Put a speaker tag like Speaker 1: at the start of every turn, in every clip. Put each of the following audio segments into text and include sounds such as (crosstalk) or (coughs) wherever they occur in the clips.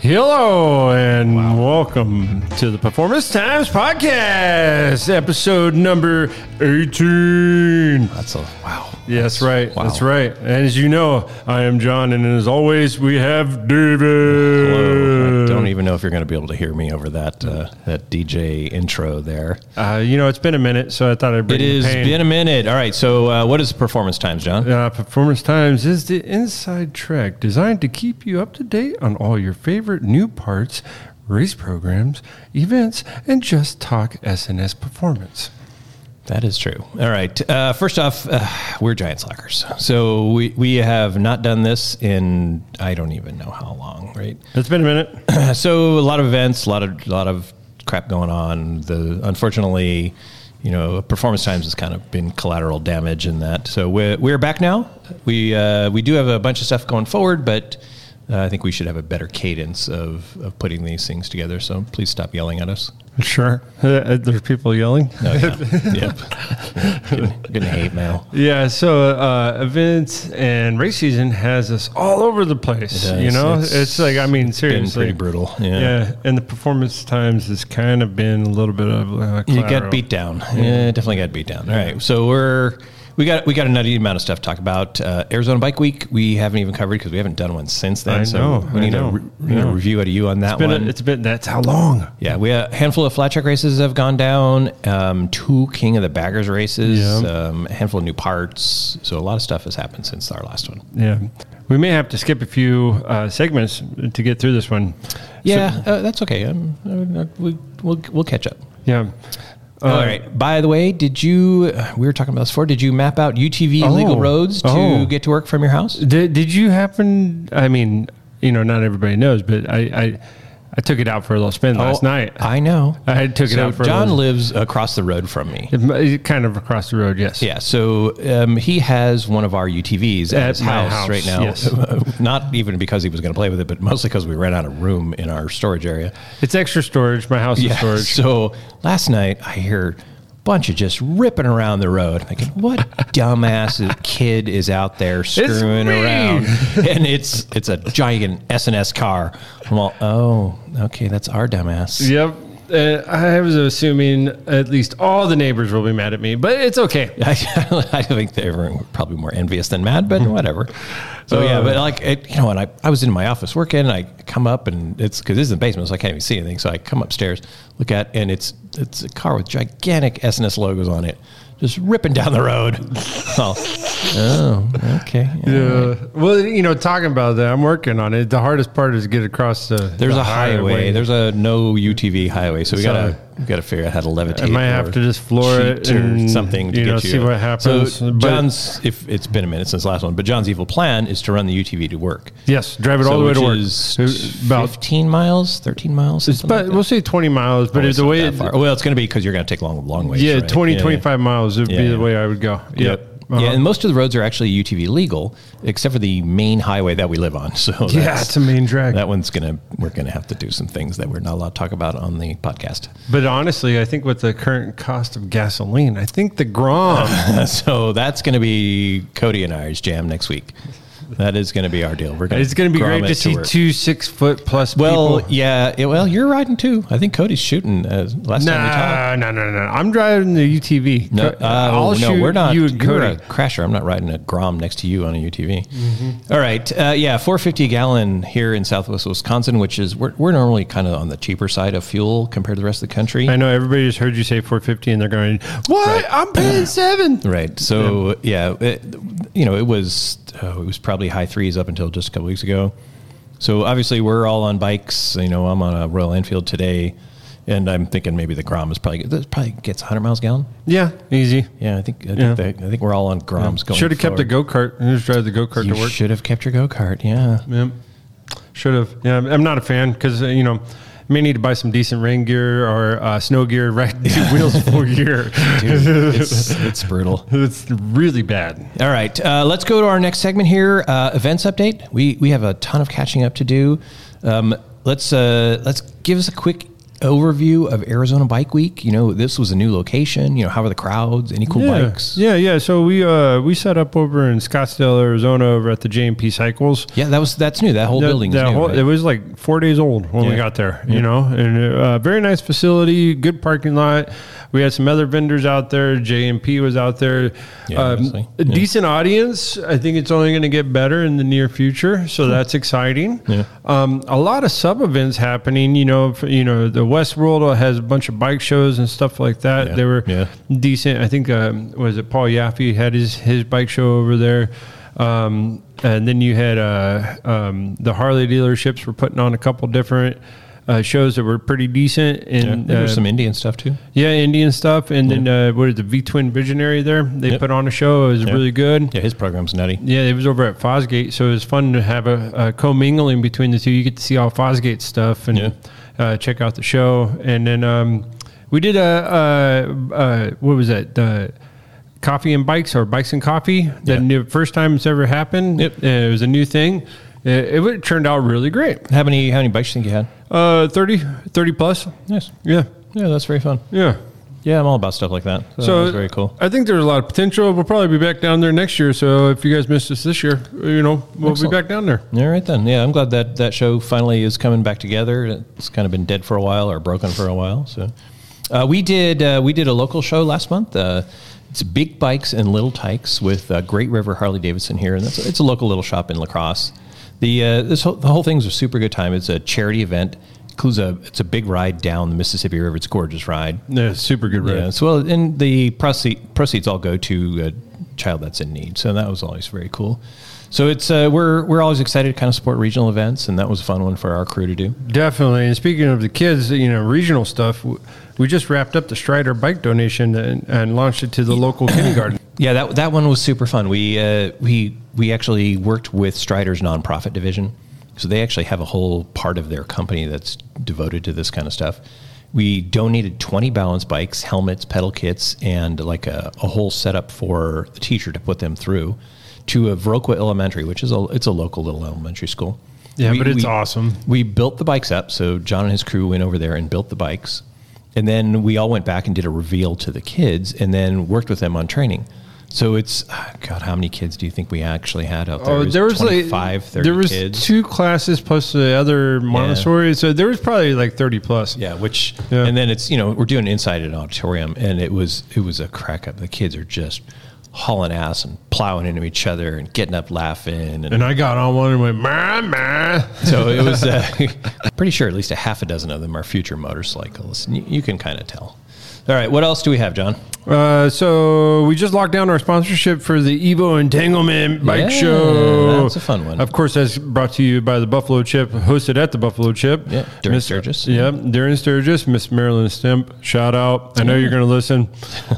Speaker 1: Hello and welcome to the Performance Times Podcast, episode number 18.
Speaker 2: That's a wow.
Speaker 1: Yeah, that's right.
Speaker 2: Wow.
Speaker 1: That's right. And as you know, I am John, and as always, we have David.
Speaker 2: Hello. I don't even know if you're going to be able to hear me over that uh, that DJ intro there.
Speaker 1: Uh, you know, it's been a minute, so I thought I'd bring
Speaker 2: It has
Speaker 1: pain.
Speaker 2: been a minute. All right. So, uh, what is performance times, John?
Speaker 1: Uh, Performance Times is the inside track designed to keep you up to date on all your favorite new parts, race programs, events, and just talk SNS performance.
Speaker 2: That is true. All right. Uh, first off, uh, we're giant slackers. So we we have not done this in I don't even know how long. Right.
Speaker 1: It's been a minute.
Speaker 2: so a lot of events, a lot of lot of crap going on. The unfortunately, you know, performance times has kind of been collateral damage in that. So we're we're back now. We uh, we do have a bunch of stuff going forward, but. Uh, I think we should have a better cadence of, of putting these things together. So please stop yelling at us. (laughs)
Speaker 1: Sure. Uh, there's people yelling.
Speaker 2: No, yeah. yep. Getting, getting hate mail.
Speaker 1: Yeah, so uh, events and race season has us all over the place.
Speaker 2: It does.
Speaker 1: You know, it's,
Speaker 2: It's
Speaker 1: like I mean,
Speaker 2: Been
Speaker 1: seriously,
Speaker 2: pretty brutal. Yeah.
Speaker 1: Yeah. and the performance times has kind of been a little bit of uh,
Speaker 2: You
Speaker 1: collateral.
Speaker 2: got beat down. Yeah, definitely got beat down. All right, so we're we got we got a nutty amount of stuff to talk about. Uh, Arizona Bike Week we haven't even covered because we haven't done one since then.
Speaker 1: I
Speaker 2: so
Speaker 1: know,
Speaker 2: we
Speaker 1: I
Speaker 2: need
Speaker 1: know.
Speaker 2: a re- we need
Speaker 1: Yeah.
Speaker 2: a review out of you on that
Speaker 1: Been a-
Speaker 2: one.
Speaker 1: it's been that's how long.
Speaker 2: yeah, we a handful of flat track races have gone down. Um, two King of the Baggers races.
Speaker 1: Yeah.
Speaker 2: Um, a handful of new parts. So a lot of stuff has happened since our last one.
Speaker 1: Yeah, we may have to skip a few uh, segments to get through this one.
Speaker 2: Yeah, uh, that's okay. Um, uh, we, we'll we'll catch up.
Speaker 1: Yeah. Uh,
Speaker 2: All right. By the way, did you? uh, We were talking about this before. Did you map out UTV
Speaker 1: Oh.
Speaker 2: legal roads to
Speaker 1: Oh.
Speaker 2: get to work from your house?
Speaker 1: Did, did you happen? I mean, you know, not everybody knows, but I, I, I took it out for a little spin last
Speaker 2: Oh,
Speaker 1: night.
Speaker 2: I know.
Speaker 1: I took it
Speaker 2: so
Speaker 1: out for
Speaker 2: John
Speaker 1: a little,
Speaker 2: lives across the road from me.
Speaker 1: It m- it kind of across the road. Yes.
Speaker 2: Yeah, so um, he has one of our UTVs at,
Speaker 1: At
Speaker 2: his
Speaker 1: my
Speaker 2: house,
Speaker 1: house,
Speaker 2: right now.
Speaker 1: yes.
Speaker 2: (laughs) Not even because he was going to play with it, but mostly because we ran out of room in our storage area.
Speaker 1: It's extra storage. My house is storage.
Speaker 2: So last night I hear a bunch of just ripping around the road. I'm thinking, what
Speaker 1: (laughs)
Speaker 2: dumbass kid is out there screwing
Speaker 1: me.
Speaker 2: around? And it's it's a giant SNS car. I'm all, oh, okay, that's our dumbass.
Speaker 1: Yep. Uh, I was assuming at least all the neighbors will be mad at me, but it's okay.
Speaker 2: I, (laughs) I think they were probably more envious than mad, but whatever. So yeah, but like it, you know, and I, I was in my office working, and I come up and it's because this is the basement, so I can't even see anything. So I come upstairs, look at, and it's it's a car with gigantic SNS logos on it, just ripping down the road. (laughs) oh, oh, okay. yeah.
Speaker 1: Uh, well, you know, talking about that, I'm working on it. The hardest part is to get across the.
Speaker 2: There's
Speaker 1: the
Speaker 2: a highway. There's a no UTV highway, so we
Speaker 1: So-
Speaker 2: gotta we gotta figure out how to levitate.
Speaker 1: I might have
Speaker 2: or
Speaker 1: to just floor it
Speaker 2: cheat or
Speaker 1: and,
Speaker 2: something. To
Speaker 1: you
Speaker 2: get
Speaker 1: know,
Speaker 2: you
Speaker 1: see what happens,
Speaker 2: So
Speaker 1: but-
Speaker 2: John's, if it's been a minute since the last one, but John's evil plan is to run the UTV to work.
Speaker 1: Yes, drive it
Speaker 2: So
Speaker 1: all the way
Speaker 2: which
Speaker 1: to work. Uh,
Speaker 2: is
Speaker 1: about
Speaker 2: fifteen miles, thirteen miles.
Speaker 1: it's about we'll say 20 miles, but it's the way.
Speaker 2: Oh, that far. well, it's going to be because you're going to take long, long ways.
Speaker 1: yeah,
Speaker 2: right?
Speaker 1: 20,
Speaker 2: Yeah,
Speaker 1: 25 miles would
Speaker 2: Yeah,
Speaker 1: be the
Speaker 2: yeah.
Speaker 1: way I would go.
Speaker 2: Yeah.
Speaker 1: Yep. Uh-huh.
Speaker 2: Yeah, and most of the roads are actually UTV legal, except for the main highway that we live on. (laughs) So
Speaker 1: yeah,
Speaker 2: that's-
Speaker 1: it's a main drag.
Speaker 2: that one's gonna we're gonna have to do some things that we're not allowed to talk about on the podcast. (laughs)
Speaker 1: But honestly, I think with the current cost of gasoline, I think the Grom
Speaker 2: so that's gonna be Cody and I's jam next week. That is gonna be our deal. We're gonna
Speaker 1: It's going to be
Speaker 2: grommet
Speaker 1: great to see
Speaker 2: work.
Speaker 1: two six foot plus
Speaker 2: Well,
Speaker 1: people.
Speaker 2: yeah, it- well, you're riding too. I think Cody's shooting uh, last time we talked.
Speaker 1: Nah, no, no, no, no. I'm driving the UTV.
Speaker 2: No,
Speaker 1: Co-
Speaker 2: oh, no, we're not.
Speaker 1: You
Speaker 2: You
Speaker 1: and
Speaker 2: are a
Speaker 1: Cody.
Speaker 2: crasher. I'm not riding a Grom next to you on a UTV.
Speaker 1: Mm-hmm.
Speaker 2: All right, uh, yeah, 450 gallon here in Southwest Wisconsin, which is we're, we're normally kind of on the cheaper side of fuel compared to the rest of the country.
Speaker 1: I know everybody just heard you say 450, and they're going, "What? I'm paying seven.
Speaker 2: Right. So yeah, it, you know, it was oh, it was probably high threes up until just a couple weeks ago. So obviously we're all on bikes. You know, I'm on a Royal Enfield today, and I'm thinking maybe the Grom is probably this probably gets 100 miles a gallon.
Speaker 1: Yeah, easy.
Speaker 2: Yeah, I think I think,
Speaker 1: Yeah.
Speaker 2: that, I think we're all on Groms going.
Speaker 1: Should have kept
Speaker 2: forward.
Speaker 1: the go kart. Just drive the go kart
Speaker 2: You
Speaker 1: to work.
Speaker 2: should have kept your go
Speaker 1: (laughs)
Speaker 2: kart. Yeah.
Speaker 1: Yep. Should have. Yeah, I'm- I'm not a fan because you know. May need to buy some decent rain gear or uh, snow gear, right? (laughs) Two wheels full gear.
Speaker 2: it's, it's brutal.
Speaker 1: (laughs) it's really bad.
Speaker 2: All right, uh, let's go to our next segment here. Uh, events update. We we have a ton of catching up to do. Um, let's uh, let's give us a quick overview of Arizona Bike Week? You know, this was a new location. You know, how are the crowds? Any cool
Speaker 1: yeah.
Speaker 2: bikes?
Speaker 1: Yeah, yeah. So we uh we set up over in Scottsdale, Arizona, over at the JMP Cycles.
Speaker 2: Yeah, that was that's new. That whole
Speaker 1: That-
Speaker 2: building's
Speaker 1: that
Speaker 2: new.
Speaker 1: whole-
Speaker 2: right?
Speaker 1: It was like four days old when we
Speaker 2: Yeah.
Speaker 1: got there, you know, and uh, very nice facility, good parking lot. We had some other vendors out there. JMP was out there.
Speaker 2: Yeah,
Speaker 1: um,
Speaker 2: obviously.
Speaker 1: a
Speaker 2: Yeah.
Speaker 1: decent audience. I think it's only going to get better in the near future, so that's exciting.
Speaker 2: Yeah.
Speaker 1: Um, a lot of sub events happening. You know, f you know, the Westworld has a bunch of bike shows and stuff like that.
Speaker 2: Yeah.
Speaker 1: They were
Speaker 2: Yeah.
Speaker 1: decent. I think um, was it Paul Yaffe had his his bike show over there, um, and then you had uh, um, the Harley dealerships were putting on a couple different uh, shows that were pretty decent.
Speaker 2: yeah.
Speaker 1: And
Speaker 2: There
Speaker 1: uh,
Speaker 2: was some Indian stuff too.
Speaker 1: yeah, Indian stuff. And then uh, what is the V Twin Visionary there? They
Speaker 2: Yep.
Speaker 1: put on a show. It was really good.
Speaker 2: Yeah, his program's nutty.
Speaker 1: Yeah, it was over at Fosgate, so it was fun to have a, a commingling between the two. You get to see all Fosgate stuff and
Speaker 2: Yeah.
Speaker 1: uh, check out the show, and then um, we did a, a, a what was that? The coffee and bikes or bikes and coffee. The
Speaker 2: Yeah.
Speaker 1: new, first time it's ever happened.
Speaker 2: Yep.
Speaker 1: Uh, It was a new thing. It, it would- turned out really great.
Speaker 2: How many how many bikes do you think you had?
Speaker 1: Uh, 30, 30 plus.
Speaker 2: Nice.
Speaker 1: Yeah,
Speaker 2: Yeah, that's very fun.
Speaker 1: yeah.
Speaker 2: Yeah, I'm all about stuff like that. So,
Speaker 1: So
Speaker 2: that was very cool.
Speaker 1: I think there's a lot of potential. We'll probably be back down there next year. So if you guys missed us this year, you know we'll
Speaker 2: Excellent.
Speaker 1: be back down there.
Speaker 2: All right then. Yeah, I'm glad that that show finally is coming back together. It's kind of been dead for a while or broken for a while. So uh, we did uh, we did a local show last month. Uh, it's Big Bikes and Little Tykes with uh, Great River Harley Davidson here, and that's it's a local little shop in Lacrosse. The uh, this whole, the whole thing's a super good time. It's a charity event. Includes a it's a big ride down the Mississippi River. It's a gorgeous ride.
Speaker 1: Yeah, super good ride.
Speaker 2: Yeah, so well, and the proceed, proceeds all go to a child that's in need. So that was always very cool. So it's uh, we're we're always excited to kind of support regional events, and that was a fun one for our crew to do.
Speaker 1: Definitely. And speaking of the kids, you know, regional stuff, w- we just wrapped up the Strider bike donation and, and launched it to the local
Speaker 2: (coughs)
Speaker 1: kindergarten.
Speaker 2: Yeah, that that one was super fun. We uh, we we actually worked with Strider's nonprofit division, so they actually have a whole part of their company that's devoted to this kind of stuff. We donated twenty balance bikes, helmets, pedal kits, and like a, a whole setup for the teacher to put them through to a Viroqua Elementary, which is a it's a local little elementary school.
Speaker 1: Yeah, but it's awesome.
Speaker 2: We built the bikes up, so John and his crew went over there and built the bikes. And then we all went back and did a reveal to the kids and then worked with them on training. So it's ah, God, how many kids do you think we actually had out there?
Speaker 1: Oh,
Speaker 2: It
Speaker 1: like
Speaker 2: 25, 30
Speaker 1: there was
Speaker 2: kids.
Speaker 1: two classes plus the other Montessori, so there was probably like thirty plus.
Speaker 2: yeah, which
Speaker 1: Yeah.
Speaker 2: and then it's you know we're doing inside an auditorium and it was it was a crack up. The kids are just hauling ass and plowing into each other and getting up laughing and
Speaker 1: And I got on one and went, ma ma.
Speaker 2: So it
Speaker 1: (laughs)
Speaker 2: was uh, pretty sure at least a half a dozen of them are future motorcycles. You, you can kind of tell. All right, what else do we have, John?
Speaker 1: Uh, so we just locked down our sponsorship for the Evo Entanglement Bike
Speaker 2: Yeah,
Speaker 1: Show.
Speaker 2: that's a fun one.
Speaker 1: Of course, that's brought to you by the Buffalo Chip, hosted at the Buffalo Chip.
Speaker 2: Yeah, Darren Sturgis.
Speaker 1: Yeah, Darren Sturgis, Miss Marilyn Stimp. Shout out! I know you're going to
Speaker 2: (laughs)
Speaker 1: listen.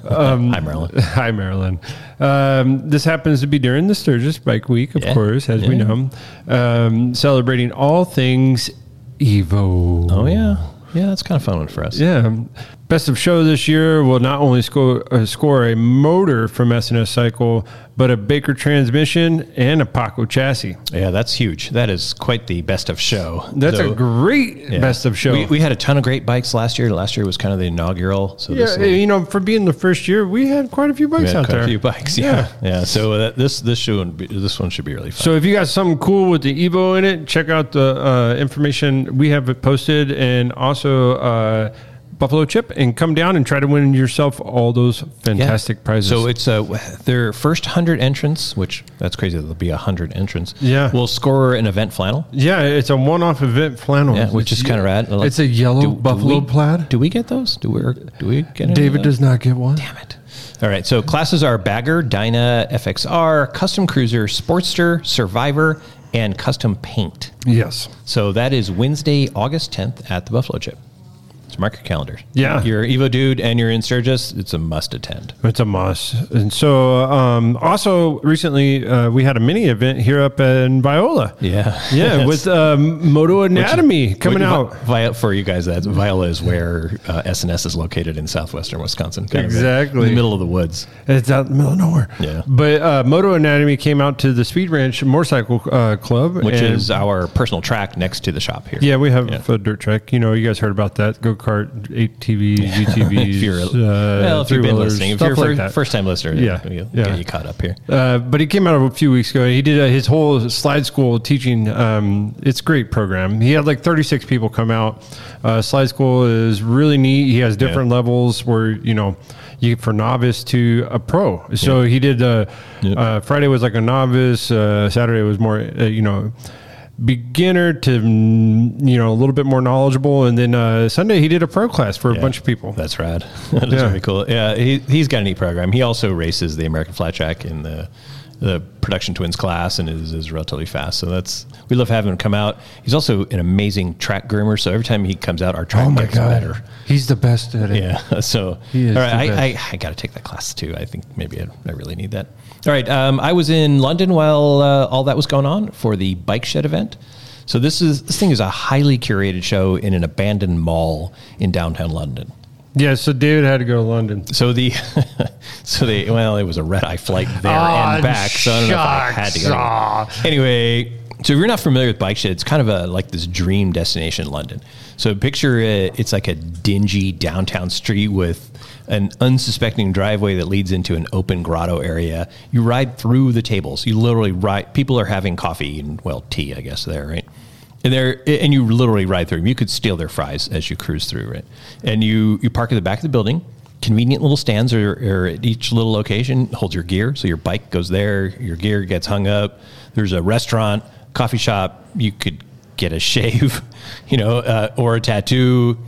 Speaker 1: Um,
Speaker 2: Hi,
Speaker 1: (laughs)
Speaker 2: Marilyn.
Speaker 1: Hi, Marilyn. Um, this happens to be during the Sturgis Bike Week, of
Speaker 2: Yeah.
Speaker 1: course, as we
Speaker 2: Yeah.
Speaker 1: know, um, celebrating all things Evo.
Speaker 2: Oh yeah, yeah, that's kind of fun one for us.
Speaker 1: Yeah. um, Best of show this year will not only score, uh, score a motor from SNS Cycle, but a Baker transmission and a Paco chassis.
Speaker 2: Yeah, that's huge. That is quite the best of show.
Speaker 1: That's
Speaker 2: So,
Speaker 1: a great
Speaker 2: yeah.
Speaker 1: best of show.
Speaker 2: We, we had a ton of great bikes last year. Last year was kind of the inaugural. So
Speaker 1: yeah,
Speaker 2: this will-
Speaker 1: you know, for being the first year, we had quite a few
Speaker 2: we
Speaker 1: bikes
Speaker 2: had
Speaker 1: out
Speaker 2: quite
Speaker 1: there.
Speaker 2: a few bikes. Yeah, yeah. So that, this this show would be, this one should be really fun.
Speaker 1: So if you got something cool with the Evo in it, check out the uh, information we have it posted, and also uh, Buffalo Chip, and come down and try to win yourself all those
Speaker 2: Yeah.
Speaker 1: fantastic prizes.
Speaker 2: So it's uh, their first 100 entrants, which that's crazy. There'll be 100 entrants.
Speaker 1: Yeah.
Speaker 2: Will score an event flannel.
Speaker 1: yeah, it's a one-off event flannel,
Speaker 2: Yeah, which is
Speaker 1: It's-
Speaker 2: kind of rad. Like,
Speaker 1: it's a yellow buffalo
Speaker 2: we,
Speaker 1: plaid.
Speaker 2: Do we get those? Do we? Do we get? any of
Speaker 1: David
Speaker 2: those?
Speaker 1: does not get one.
Speaker 2: Damn it! All right. So classes are Bagger, Dyna, FXR, Custom Cruiser, Sportster, Survivor, and Custom Paint.
Speaker 1: Yes.
Speaker 2: So that is Wednesday, August 10th at the Buffalo Chip. So mark your calendars.
Speaker 1: Yeah.
Speaker 2: You're Evo dude and you're in Sturgis. It's a must attend.
Speaker 1: It's a must. And so, um, also recently, uh, we had a mini event here up in Viola.
Speaker 2: (laughs) Yeah.
Speaker 1: Yeah, with um, Moto Anatomy coming
Speaker 2: Wait, Vi-
Speaker 1: out.
Speaker 2: Vi- for you guys, that's Viola is where uh, SNS is located in southwestern Wisconsin. kind of
Speaker 1: Exactly.
Speaker 2: in the middle of the woods.
Speaker 1: It's out in the middle of nowhere.
Speaker 2: Yeah.
Speaker 1: But uh, Moto Anatomy came out to the Speed Ranch Motorcycle uh, Club.
Speaker 2: which
Speaker 1: and-
Speaker 2: is our personal track next to the shop here.
Speaker 1: Yeah, we have
Speaker 2: Yeah.
Speaker 1: a dirt track. You know, you guys heard about that. Go kart, ATVs, UTVs.
Speaker 2: (laughs) if you're,
Speaker 1: uh,
Speaker 2: well, if you've been
Speaker 1: three-wheelers,
Speaker 2: listening, if
Speaker 1: stuff
Speaker 2: you're a
Speaker 1: like
Speaker 2: fir-
Speaker 1: that.
Speaker 2: first time listener,
Speaker 1: Yeah,
Speaker 2: you'll
Speaker 1: yeah.
Speaker 2: get you caught up here.
Speaker 1: Uh, but he came out a few weeks ago. He did uh, his whole slide school teaching. Um, it's a great program. He had like 36 people come out. Uh, slide school is really neat. He has different levels where, you know, you for novice to a pro. So he did, uh, uh, Friday was like a novice. Uh, Saturday was more, uh, you know, beginner to, mm, you know, a little bit more knowledgeable. And then uh, Sunday he did a pro class for a bunch of people.
Speaker 2: That's rad. (laughs) That's
Speaker 1: Yeah.
Speaker 2: really cool. Yeah, he, he's got a neat program. He also races the American Flat Track in the the production twins class and is, is relatively fast. So that's we love having him come out. He's also an amazing track groomer. So every time he comes out, our track gets better.
Speaker 1: Oh He's the best at it.
Speaker 2: Yeah. (laughs) So,
Speaker 1: He is
Speaker 2: all right,
Speaker 1: the
Speaker 2: I, I, I got to take that class too. I think maybe I, I really need that. All right. Um, I was in London while uh, all that was going on for the bike shed event. So this is this thing is a highly curated show in an abandoned mall in downtown London.
Speaker 1: Yeah. So David had to go to London.
Speaker 2: So the (laughs) so they well, it was a red eye flight there
Speaker 1: Ah,
Speaker 2: and back. So I don't know if I had to
Speaker 1: shucks.
Speaker 2: go.
Speaker 1: Ah.
Speaker 2: Anyway, so if you're not familiar with bike shed, it's kind of a like this dream destination in London. So picture it, it's like a dingy downtown street with an unsuspecting driveway that leads into an open grotto area. You ride through the tables. You literally ride. People are having coffee and well, tea, I guess there, right? And there, and you literally ride through them. You could steal their fries as you cruise through, right? And you you park at the back of the building. Convenient little stands are, are at each little location. Hold your gear, so your bike goes there. Your gear gets hung up. There's a restaurant, coffee shop. You could get a (laughs) shave, you know, uh, or a tattoo.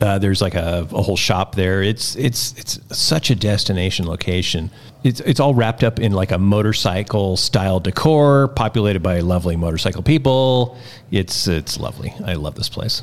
Speaker 2: Uh, there's like a, a whole shop there. It's it's it's such a destination location. It's it's all wrapped up in like a motorcycle style decor, populated by lovely motorcycle people. It's it's lovely. I love this place.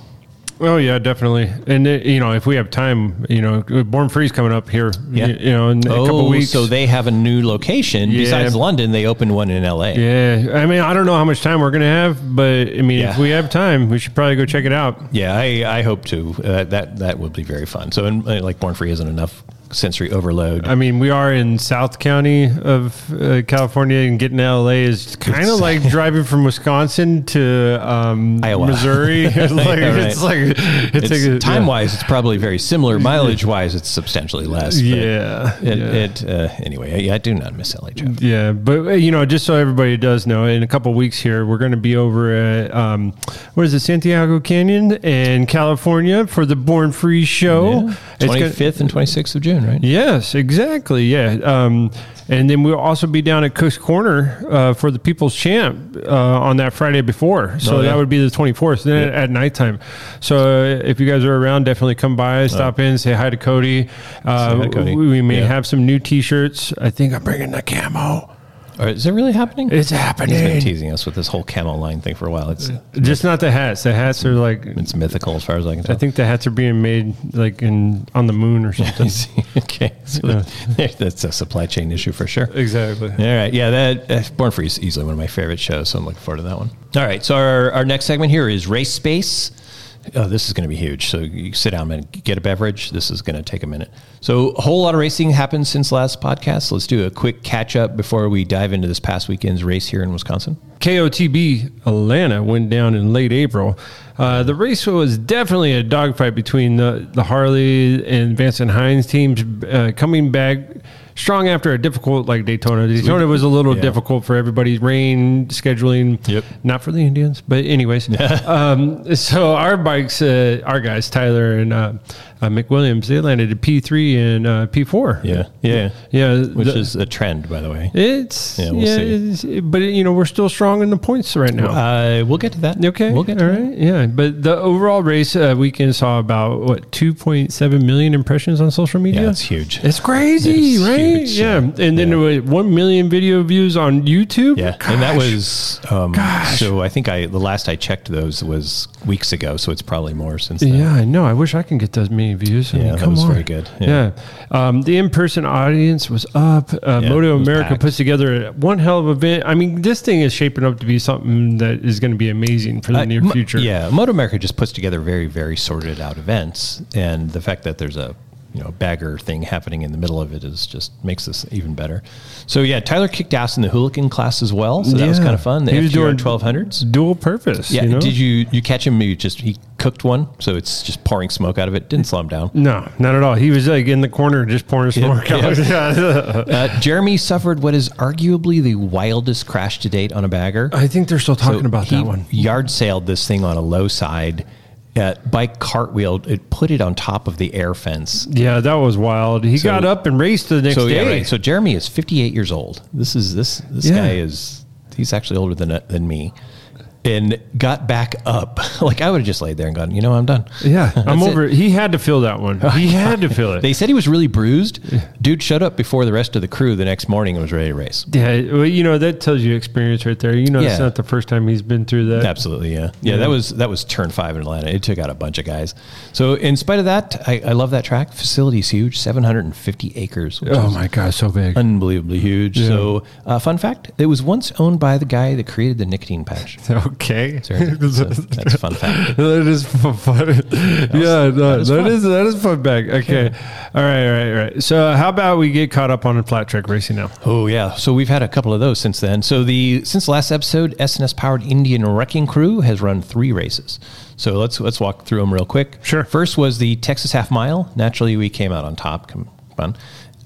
Speaker 1: Oh yeah, definitely. And uh, you know, if we have time, you know, Born Free's coming up here.
Speaker 2: Yeah.
Speaker 1: You, know, in a couple weeks.
Speaker 2: Oh, so they have a new location
Speaker 1: Yeah.
Speaker 2: besides London. They opened one in L.A.
Speaker 1: yeah, I mean, I don't know how much time we're gonna have, but I mean, if
Speaker 2: Yeah.
Speaker 1: we have time, we should probably go check it out.
Speaker 2: Yeah, I, I hope to. Uh, that that would be very fun. So, and, uh, like, Born Free isn't enough sensory overload.
Speaker 1: I mean, we are in South County of uh, California, and getting to LA is kind
Speaker 2: It's-
Speaker 1: of like driving from Wisconsin to um,
Speaker 2: Iowa.
Speaker 1: Missouri. (laughs) It's like,
Speaker 2: (laughs) Yeah, right.
Speaker 1: it's like it's,
Speaker 2: It's-
Speaker 1: like a-
Speaker 2: time wise, it's probably very similar.
Speaker 1: (laughs)
Speaker 2: Mileage wise, it's substantially less. but
Speaker 1: Yeah.
Speaker 2: It,
Speaker 1: yeah.
Speaker 2: it uh, anyway. Yeah, I do not miss LA traffic.
Speaker 1: Yeah, but uh, you know, just so everybody does know, in a couple weeks here, we're going to be over at um, what is it, Santiago Canyon in California for the Born Free show. Oh, It's gonna-
Speaker 2: Twenty fifth and twenty sixth of June, right?
Speaker 1: yes, exactly. Yeah, um, and then we'll also be down at Cook's Corner uh, for the People's Champ uh, on that Friday before. So
Speaker 2: Oh, yeah.
Speaker 1: that would be the twenty fourth. Then at nighttime. So uh, if you guys are around, definitely come by, stop in, say hi to Cody. Uh,
Speaker 2: hi to Cody.
Speaker 1: We, we may
Speaker 2: Yeah.
Speaker 1: have some new T-shirts. I think I'm bringing the camo.
Speaker 2: Or is it really happening?
Speaker 1: It's
Speaker 2: He's been
Speaker 1: happening.
Speaker 2: teasing us with this whole camo line thing for a while. It's
Speaker 1: Just not the hats. The hats are like
Speaker 2: it's mythical as far as I can tell.
Speaker 1: I think the hats are being made like in on the moon or something.
Speaker 2: (laughs) okay, so that- (laughs) that's a supply chain issue for sure.
Speaker 1: exactly.
Speaker 2: All right. Yeah, that uh, Born Free is easily one of my favorite shows, so I'm looking forward to that one. All right. So our, our next segment here is race space. Oh, this is going to be huge. So you sit down and get a beverage. This is going to take a minute. So a whole lot of racing happened since last podcast. Let's do a quick catch up before we dive into this past weekend's race here in Wisconsin.
Speaker 1: KOTB Atlanta went down in late April. Uh, the race was definitely a dogfight between the, the Harley and Vance and Hines teams uh, coming back strong after a difficult like Daytona. Daytona was a little
Speaker 2: Yeah.
Speaker 1: difficult for everybody. Rain, scheduling,
Speaker 2: Yep.
Speaker 1: not for the Indians, but
Speaker 2: (laughs)
Speaker 1: anyways. um, so our bikes, uh, our guys, Tyler and uh, uh, McWilliams, they landed at P3 and uh, P4.
Speaker 2: Yeah.
Speaker 1: Yeah.
Speaker 2: Which
Speaker 1: the-
Speaker 2: is a trend, by the way.
Speaker 1: it's,
Speaker 2: Yeah,
Speaker 1: yeah,
Speaker 2: we'll see.
Speaker 1: it's- but you know, we're still strong in the points right now.
Speaker 2: Uh, we'll get to that.
Speaker 1: Oh. Okay.
Speaker 2: We'll get to
Speaker 1: All
Speaker 2: that.
Speaker 1: right. Yeah. But the overall race uh, weekend saw about what 2.7 million impressions on social media.
Speaker 2: Yeah, it's huge.
Speaker 1: It's crazy,
Speaker 2: It's
Speaker 1: right?
Speaker 2: huge,
Speaker 1: yeah.
Speaker 2: yeah.
Speaker 1: And then there were 1 million video views on YouTube.
Speaker 2: Yeah, and that
Speaker 1: Gosh.
Speaker 2: was um, so. I think I the last I checked those was weeks ago, so it's probably more since. Then.
Speaker 1: Yeah, I know. I wish I can get those many views. I
Speaker 2: Yeah,
Speaker 1: mean,
Speaker 2: that
Speaker 1: come
Speaker 2: was
Speaker 1: on.
Speaker 2: very good. Yeah.
Speaker 1: Yeah. Um, the in person audience was up. Uh,
Speaker 2: Yeah, it
Speaker 1: Moto
Speaker 2: was
Speaker 1: America
Speaker 2: packed.
Speaker 1: puts together one hell of an event. I mean, this thing is shaping up to be something that is going to be amazing for the
Speaker 2: Uh,
Speaker 1: near
Speaker 2: Mo-
Speaker 1: future.
Speaker 2: Yeah, Moto America just puts together very, very sorted out events, and the fact that there's a you know bagger thing happening in the middle of it is just makes this even better. So yeah, Tyler kicked ass in the hooligan class as well. So that was
Speaker 1: Yeah.
Speaker 2: kind of fun. The
Speaker 1: He was
Speaker 2: FGR
Speaker 1: doing-
Speaker 2: 1200s.
Speaker 1: Dual purpose.
Speaker 2: Yeah.
Speaker 1: you know?
Speaker 2: Did you you catch him? You just he cooked one, so it's just pouring smoke out of it. Didn't slow him
Speaker 1: (laughs)
Speaker 2: down.
Speaker 1: No, not at all. He was like in the corner just pouring smoke out. (laughs) Yeah.
Speaker 2: Uh, Jeremy suffered what is arguably the wildest crash to date on a bagger.
Speaker 1: I think they're still talking
Speaker 2: So
Speaker 1: about
Speaker 2: he
Speaker 1: that one.
Speaker 2: Yard sailed this thing on a low side. Uh, bike cartwheeled it, put it on top of the air fence.
Speaker 1: Yeah, that was wild. He got up and raced the next
Speaker 2: So yeah,
Speaker 1: day.
Speaker 2: right. so Jeremy is 58 years old. This is this this
Speaker 1: Yeah.
Speaker 2: guy is he's actually older than than me, and got back up. (laughs) like I would have just laid there and gone, you know, I'm done.
Speaker 1: Yeah, I'm
Speaker 2: (laughs) That's it.
Speaker 1: over. it. He had to feel that one.
Speaker 2: (laughs)
Speaker 1: He had to feel it.
Speaker 2: They said he was really bruised. Dude showed up before the rest of the crew the next morning and was ready to race.
Speaker 1: yeah, well, you know that tells you experience right there. You know, it's
Speaker 2: Yeah.
Speaker 1: not the first time he's been through that.
Speaker 2: Absolutely, yeah. yeah, That was that was turn five in Atlanta. It took out a bunch of guys. So in spite of that, I, I love that track. Facility's huge, seven hundred and fifty acres. Which
Speaker 1: Oh
Speaker 2: is
Speaker 1: my god, so big.
Speaker 2: Unbelievably huge. So, uh, fun fact: it was once owned by the guy that created the nicotine patch.
Speaker 1: Okay, (laughs)
Speaker 2: So that's a fun fact.
Speaker 1: that is fu- fun. (laughs) yeah, no,
Speaker 2: is
Speaker 1: that
Speaker 2: fun.
Speaker 1: is that is fun back. Okay, all right, all right, all right. So how about we get caught up on a flat track racing now?
Speaker 2: Oh yeah, so we've had a couple of those since then. So the since the last episode, SNS powered Indian Wrecking Crew has run three races. So let's let's walk through them real quick.
Speaker 1: Sure.
Speaker 2: First was the Texas Half Mile. Naturally, we came out on top. Come on.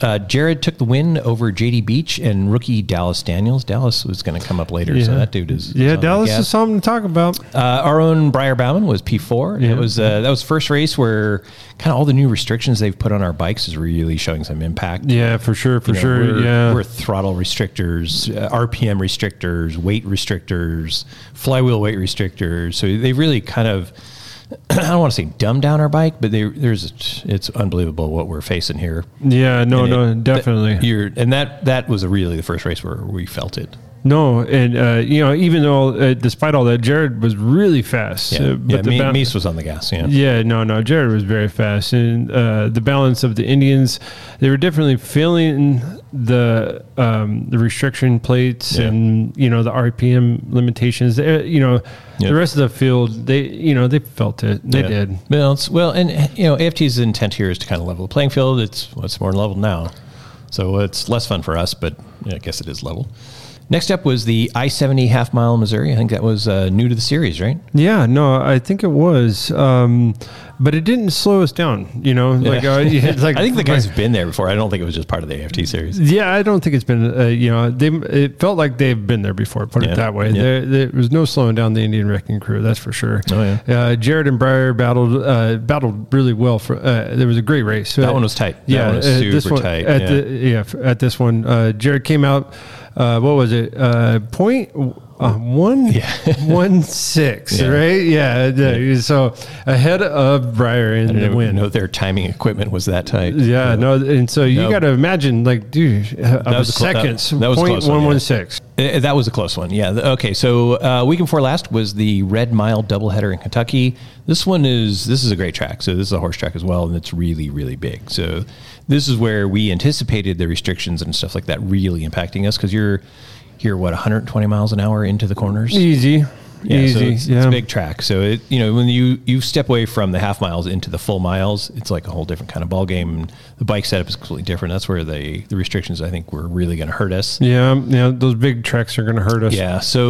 Speaker 2: Uh, Jared took the win over JD Beach and rookie Dallas Daniels. Dallas was going to come up later, so
Speaker 1: Yeah.
Speaker 2: that dude is
Speaker 1: Yeah,
Speaker 2: on the
Speaker 1: Dallas
Speaker 2: gas.
Speaker 1: is something to talk about.
Speaker 2: Uh, our own Briar Bauman was P four.
Speaker 1: Yeah.
Speaker 2: It was uh, that was first race where kind of all the new restrictions they've put on our bikes is really showing some impact.
Speaker 1: Yeah, for sure, for
Speaker 2: You know,
Speaker 1: sure.
Speaker 2: We're,
Speaker 1: yeah,
Speaker 2: we're throttle restrictors, uh, RPM restrictors, weight restrictors, flywheel weight restrictors. So they really kind of, (clears throat) I don't want to say dumb down our bike, but they, there's it's unbelievable what we're facing here.
Speaker 1: yeah. No,
Speaker 2: And
Speaker 1: no,
Speaker 2: it-
Speaker 1: definitely.
Speaker 2: that- You're, and that that was really the first race where we felt it.
Speaker 1: No, and uh, you know, even though uh, despite all that, Jared was really fast.
Speaker 2: Yeah,
Speaker 1: Uh,
Speaker 2: yeah
Speaker 1: the
Speaker 2: Me-
Speaker 1: ba-
Speaker 2: Meese was on the gas. Yeah.
Speaker 1: yeah, no, no, Jared was very fast, and uh, the balance of the Indians, they were definitely feeling the um, the restriction plates
Speaker 2: Yeah.
Speaker 1: and you know the RPM limitations. Uh, you know,
Speaker 2: Yeah.
Speaker 1: the rest of the field, they you know they felt it. They
Speaker 2: Yeah.
Speaker 1: did.
Speaker 2: Well, it's, well, and you know, AFT's intent here is to kind of level the playing field. It's well, it's more leveled now, so it's less fun for us, but yeah, I guess it is level. Next up was the I seventy half mile Missouri. I think that was uh, new to the series, right?
Speaker 1: Yeah, no, I think it was, um, but it didn't slow us down. You know, like, uh, (laughs)
Speaker 2: (laughs)
Speaker 1: it's like
Speaker 2: I think the guys have been there before. I don't think it was just part of the AFT series.
Speaker 1: Yeah, I don't think it's been. Uh, you know, they it felt like they've been there before. Put
Speaker 2: Yeah,
Speaker 1: it that way.
Speaker 2: yeah.
Speaker 1: There, there was no slowing down the Indian wrecking crew. That's for sure.
Speaker 2: Oh,
Speaker 1: yeah. Uh, Jared and Breyer battled uh, battled really well. For uh, there was a great race.
Speaker 2: That
Speaker 1: Uh,
Speaker 2: one was tight. That
Speaker 1: yeah,
Speaker 2: one was
Speaker 1: uh,
Speaker 2: super
Speaker 1: this one,
Speaker 2: tight,
Speaker 1: At
Speaker 2: yeah.
Speaker 1: the yeah f- at this one, uh, Jared came out. Uh, what was it? Uh, point. Uh, one (laughs) one six,
Speaker 2: Yeah.
Speaker 1: right? Yeah, the- So ahead of Breyer in the
Speaker 2: I didn't
Speaker 1: win.
Speaker 2: know their timing equipment was that tight.
Speaker 1: Yeah, no, and so you
Speaker 2: No.
Speaker 1: got to imagine, like, dude, that
Speaker 2: was
Speaker 1: was
Speaker 2: a clo- that-
Speaker 1: seconds,
Speaker 2: that was a
Speaker 1: point
Speaker 2: close one,
Speaker 1: one
Speaker 2: yeah.
Speaker 1: one six.
Speaker 2: Uh, That was a close one. Yeah. Okay. So uh, weekend before last was the Red Mile doubleheader in Kentucky. This one is this is a great track. So this is a horse track as well, and it's really really big. So this is where we anticipated the restrictions and stuff like that really impacting us because you're you're what 120 miles an hour into the corners.
Speaker 1: Easy,
Speaker 2: Yeah, so
Speaker 1: E-, easy,
Speaker 2: it's,
Speaker 1: yeah.
Speaker 2: it's a big track. So it, you know, when you you step away from the half miles into the full miles, it's like a whole different kind of ball game. And the bike setup is completely different. That's where the the restrictions I think were really going to hurt us.
Speaker 1: Yeah, yeah, those big tracks are going to hurt us.
Speaker 2: Yeah. So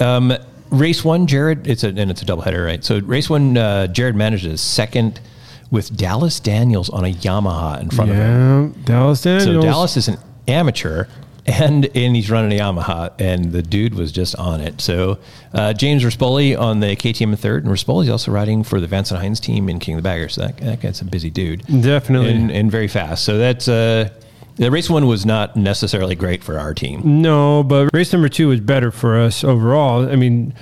Speaker 2: um, race one, Jared. It's a and it's a doubleheader, right? So race one, uh, Jared manages second with Dallas Daniels on a Yamaha in front of him.
Speaker 1: yeah. Dallas Daniels.
Speaker 2: So Dallas is an amateur. And, and he's running a Yamaha, and the dude was just on it. So uh, James Rispoli on the KTM in third, and Rispoli's also riding for the Vance and Hines team in King of the Baggers. So that, that guy's a busy dude,
Speaker 1: Definitely.
Speaker 2: and, and very fast. So that's uh, the race one was not necessarily great for our team.
Speaker 1: No, but race number two was better for us overall. I mean,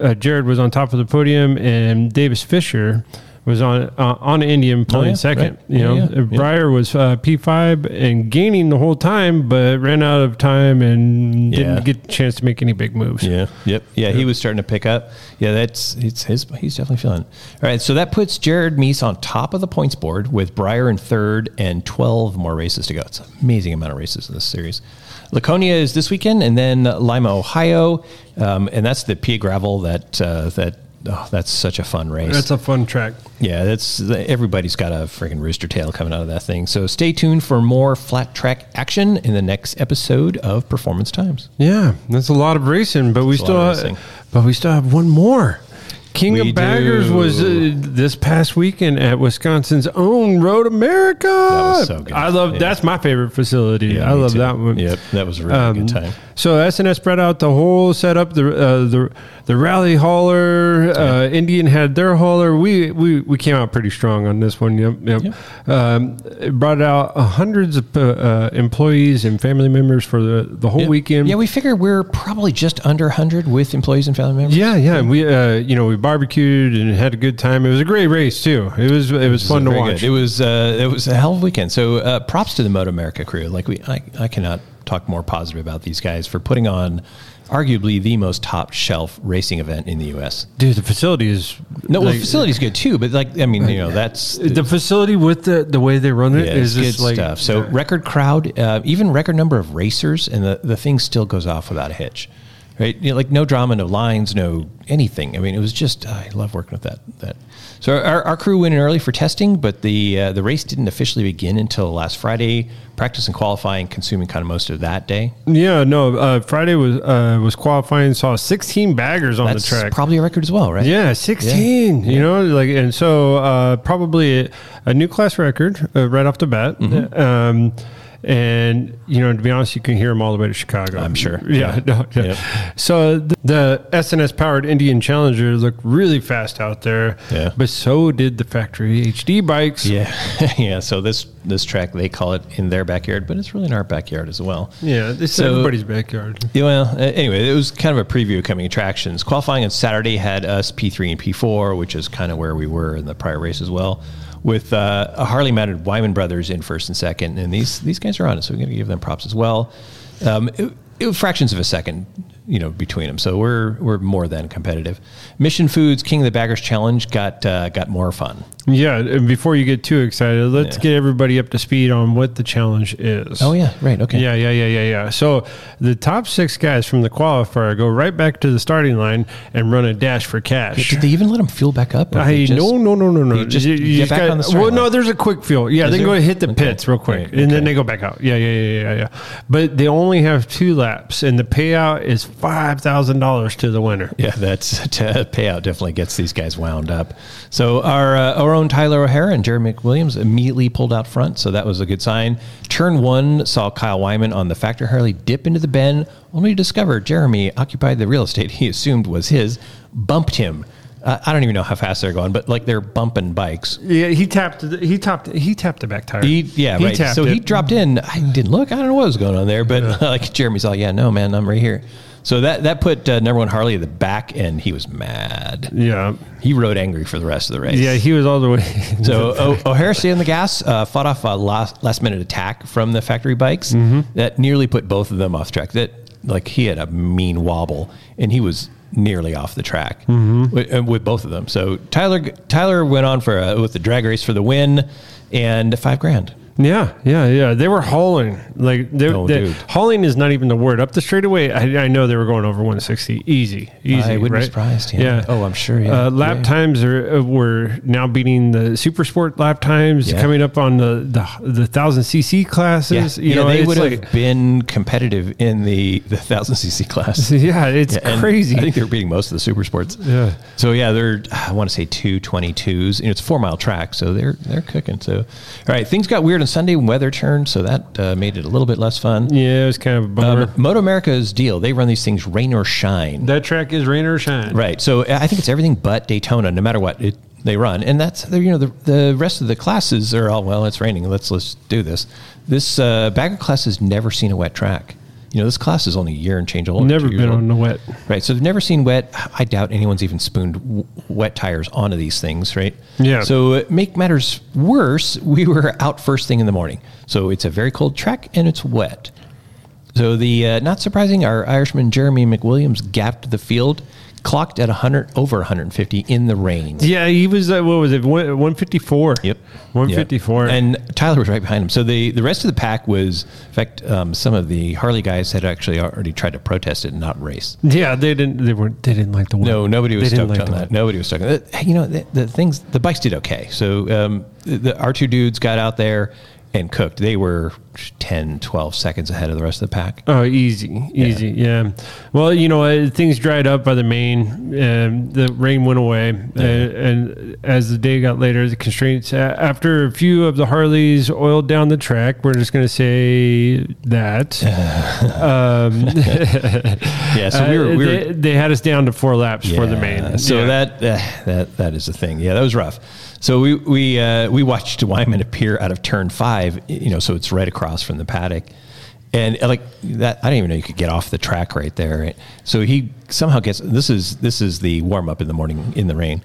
Speaker 1: uh, Jared was on top of the podium, and Davis Fisher was on uh, on Indian pulling
Speaker 2: Oh, yeah,
Speaker 1: second.
Speaker 2: right.
Speaker 1: You
Speaker 2: Yeah,
Speaker 1: know,
Speaker 2: yeah, yeah.
Speaker 1: Breyer was uh, P five and gaining the whole time, but ran out of time and
Speaker 2: Yeah.
Speaker 1: didn't get a chance to make any big moves.
Speaker 2: Yeah. Yep. Yeah, he was starting to pick up. Yeah, that's it's his. He's definitely feeling. it. All right, so that puts Jared Meese on top of the points board with Breyer in third and twelve more races to go. It's an amazing amount of races in this series. Laconia is this weekend, and then Lima, Ohio, um, and that's the Pia gravel that uh, that oh, that's such a fun race.
Speaker 1: That's a fun track.
Speaker 2: Yeah, that's everybody's got a freaking rooster tail coming out of that thing. So stay tuned for more flat track action in the next episode of Performance Times.
Speaker 1: Yeah, that's a lot of racing, but we
Speaker 2: That's a
Speaker 1: still
Speaker 2: lot of
Speaker 1: have,
Speaker 2: racing.
Speaker 1: but we still have one more. King
Speaker 2: We
Speaker 1: of Baggers
Speaker 2: do.
Speaker 1: was uh, this past weekend at Wisconsin's own Road America. That
Speaker 2: was so good.
Speaker 1: I love
Speaker 2: Yeah.
Speaker 1: that's my favorite facility. I
Speaker 2: me
Speaker 1: love
Speaker 2: too.
Speaker 1: that one.
Speaker 2: Yep, that was a really
Speaker 1: Um,
Speaker 2: good time.
Speaker 1: So SNS spread out the whole setup. The uh, the the rally hauler, uh, Indian had their hauler. We, we we came out pretty strong on this one. Yep, yep. Um, it brought out hundreds of uh, uh, employees and family members for the the whole weekend.
Speaker 2: Yeah, we figure we're probably just under 100 with employees and family members.
Speaker 1: yeah, yeah, and we uh, you know we barbecued and had a good time. It was a great race too. It was it was fun to
Speaker 2: Very
Speaker 1: watch.
Speaker 2: good. It was uh, it was a hell of a weekend. So uh, props to the Moto America crew. Like we, I, I cannot talk more positive about these guys for putting on arguably the most top shelf racing event in the U.S.
Speaker 1: Dude, the facility is
Speaker 2: No, well,
Speaker 1: like,
Speaker 2: the facility's good too, but like I mean, you know, that's
Speaker 1: the facility with the the way they run it
Speaker 2: uh, yeah,
Speaker 1: is
Speaker 2: it's
Speaker 1: just
Speaker 2: good
Speaker 1: like
Speaker 2: stuff. So record crowd, uh, even record number of racers, and the the thing still goes off without a hitch. Right, You know, like no drama, no lines, no anything. I mean, it was just I love working with that. That so our, our crew went in early for testing, but the uh, the race didn't officially begin until last Friday. Practice and qualifying, consuming kind of most of that day.
Speaker 1: Yeah, no. Uh, Friday was uh, was qualifying. Saw sixteen baggers on
Speaker 2: That's
Speaker 1: the track.
Speaker 2: probably a record as well, right?
Speaker 1: yeah, sixteen. You know, like and so uh, probably a, a new class record uh, right off the bat. Um, and you know, to be honest, you can hear them all the way to Chicago.
Speaker 2: I'm sure.
Speaker 1: (laughs) Yeah.
Speaker 2: Yeah.
Speaker 1: no, yeah.
Speaker 2: Yep.
Speaker 1: So the, the SNS powered Indian Challenger looked really fast out there.
Speaker 2: Yeah.
Speaker 1: But so did the factory HD bikes.
Speaker 2: yeah, (laughs) yeah. So this this track they call it in their backyard, but it's really in our backyard as well.
Speaker 1: Yeah. This is
Speaker 2: So-
Speaker 1: everybody's backyard.
Speaker 2: Yeah, well, a- anyway, it was kind of a preview of coming attractions. Qualifying on Saturday had us P3 and P4, which is kind of where we were in the prior race as well, with uh, a Harley mounted Wyman brothers in first and second. And these these guys are on it, so we're going to give them props as well. Um, it, it was fractions of a second, you know, between them. So we're we're more than competitive. Mission Foods King of the Baggers Challenge got uh, got more fun.
Speaker 1: Yeah, and before you get too excited, let's
Speaker 2: Yeah.
Speaker 1: get everybody up to speed on what the challenge is.
Speaker 2: Oh yeah, right, okay.
Speaker 1: Yeah, yeah, yeah, yeah, yeah. So the top six guys from the qualifier go right back to the starting line and run a dash for cash.
Speaker 2: Did they even let them fuel back up? or
Speaker 1: (laughs)
Speaker 2: they
Speaker 1: I
Speaker 2: just-
Speaker 1: no no no no no.
Speaker 2: they just get back
Speaker 1: gotta-
Speaker 2: on the starting
Speaker 1: well, no.
Speaker 2: line?
Speaker 1: There's a quick fuel. Yeah, they can go
Speaker 2: there?
Speaker 1: hit the
Speaker 2: Okay.
Speaker 1: pits real quick,
Speaker 2: Right,
Speaker 1: and then
Speaker 2: okay.
Speaker 1: they go back out. Yeah, yeah, yeah, yeah, yeah. But they only have two laps, and the payout is five thousand dollars to the
Speaker 2: (laughs)
Speaker 1: winner.
Speaker 2: Yeah, that's uh, payout definitely gets these guys wound up. So our uh, our own Tyler O'Hara and Jerry McWilliams immediately pulled out front, so that was a good sign. Turn one saw Kyle Wyman on the Factor Harley dip into the bend, only to discover Jeremy occupied the real estate (laughs) he assumed was his, bumped him. Uh, I don't even know how fast they're going, but like they're bumping bikes.
Speaker 1: Yeah, he tapped. the- He topped. He tapped the back tire.
Speaker 2: He, yeah,
Speaker 1: He
Speaker 2: right.
Speaker 1: tapped
Speaker 2: So he
Speaker 1: it.
Speaker 2: dropped in. I didn't look. I don't know what was going on there, but (laughs) like Jeremy's all, yeah, no, man, I'm right here. So that that put uh, number one Harley at the back, and he was mad.
Speaker 1: Yeah.
Speaker 2: He rode angry for the rest of the race.
Speaker 1: Yeah, he was all the way. (laughs)
Speaker 2: So o- O'Hara stayed on the gas, uh, fought off a last last minute attack from the factory bikes
Speaker 1: Mm-hmm.
Speaker 2: that nearly put both of them off track. That like he had a mean wobble and he was nearly off the track
Speaker 1: Mm-hmm.
Speaker 2: with, uh, with both of them. So Tyler Tyler went on for a, with the drag race for the win and five grand.
Speaker 1: yeah, yeah, yeah. They were hauling like they,
Speaker 2: Oh,
Speaker 1: they-
Speaker 2: dude.
Speaker 1: hauling is not even the word. Up the straightaway, I, I know they were going over 160, easy, easy.
Speaker 2: I wouldn't be
Speaker 1: right?
Speaker 2: surprised, yeah.
Speaker 1: Yeah.
Speaker 2: Oh, I'm sure, yeah.
Speaker 1: Uh, lap
Speaker 2: Yeah.
Speaker 1: times are uh, were now beating the super sport lap times,
Speaker 2: Yeah.
Speaker 1: coming up on the the the thousand cc classes. You
Speaker 2: yeah,
Speaker 1: know,
Speaker 2: they
Speaker 1: it's
Speaker 2: would have
Speaker 1: like- (laughs)
Speaker 2: been competitive in the the thousand
Speaker 1: (laughs)
Speaker 2: cc class.
Speaker 1: yeah, it's
Speaker 2: And
Speaker 1: crazy.
Speaker 2: I think they're beating most of the super sports.
Speaker 1: Yeah.
Speaker 2: So yeah, they're I want to say two 22s. And it's a four mile track, so they're they're cooking. So all right, things got weird on Sunday when weather turned, so that uh, made it a little bit less fun.
Speaker 1: yeah, it was kind of a bummer.
Speaker 2: Um, Moto America's deal, they run these things rain or shine.
Speaker 1: that track is rain or shine.
Speaker 2: Right. So uh, I think it's everything but Daytona, no matter what it, they run. And that's, the- you know, the, the rest of the classes are all, well, it's raining. Let's, let's do this. This uh, bagger class has never seen a wet track. You know, this class is only a year and change old.
Speaker 1: Never
Speaker 2: two years
Speaker 1: been
Speaker 2: old.
Speaker 1: on the wet.
Speaker 2: Right. So they've never seen wet. I doubt anyone's even spooned w- wet tires onto these things, right?
Speaker 1: Yeah.
Speaker 2: So uh, make matters worse, we were out first thing in the morning. So it's a very cold track and it's wet. So the uh, not surprising, our Irishman Jeremy McWilliams gapped the field, clocked at 100 over 150 in the range.
Speaker 1: Yeah, he was at, what was it, one fifty four?
Speaker 2: Yep.
Speaker 1: one fifty four.
Speaker 2: Yep. And Tyler was right behind him. So the, the rest of the pack was, in fact, um, some of the Harley guys had actually already tried to protest it and not race.
Speaker 1: yeah, they didn't. They weren't. They didn't like the whip.
Speaker 2: No, nobody was
Speaker 1: They
Speaker 2: stoked
Speaker 1: didn't like
Speaker 2: on
Speaker 1: the
Speaker 2: that. Nobody was stoked on that. You know, the, the things, the bikes did okay. So um, the, the, our two dudes got out there and cooked. They were 10, 12 seconds ahead of the rest of the pack.
Speaker 1: Oh, easy, easy, yeah. Well, you know, uh, things dried up by the main. Um, the rain went away, uh, and as the day got later, the constraints. Uh, after a few of the Harleys oiled down the track, we're just going to say that. um,
Speaker 2: Yeah, so (laughs) we were,
Speaker 1: uh,
Speaker 2: we were
Speaker 1: they, they had us down to four laps for the main.
Speaker 2: So
Speaker 1: Yeah.
Speaker 2: that uh, that that is the thing. Yeah, that was rough. So we we uh, we watched Wyman appear out of turn five. You know, so it's right across from the paddock, and uh, like that, I didn't even know you could get off the track right there. Right? So he somehow gets this is this is the warm up in the morning in the rain.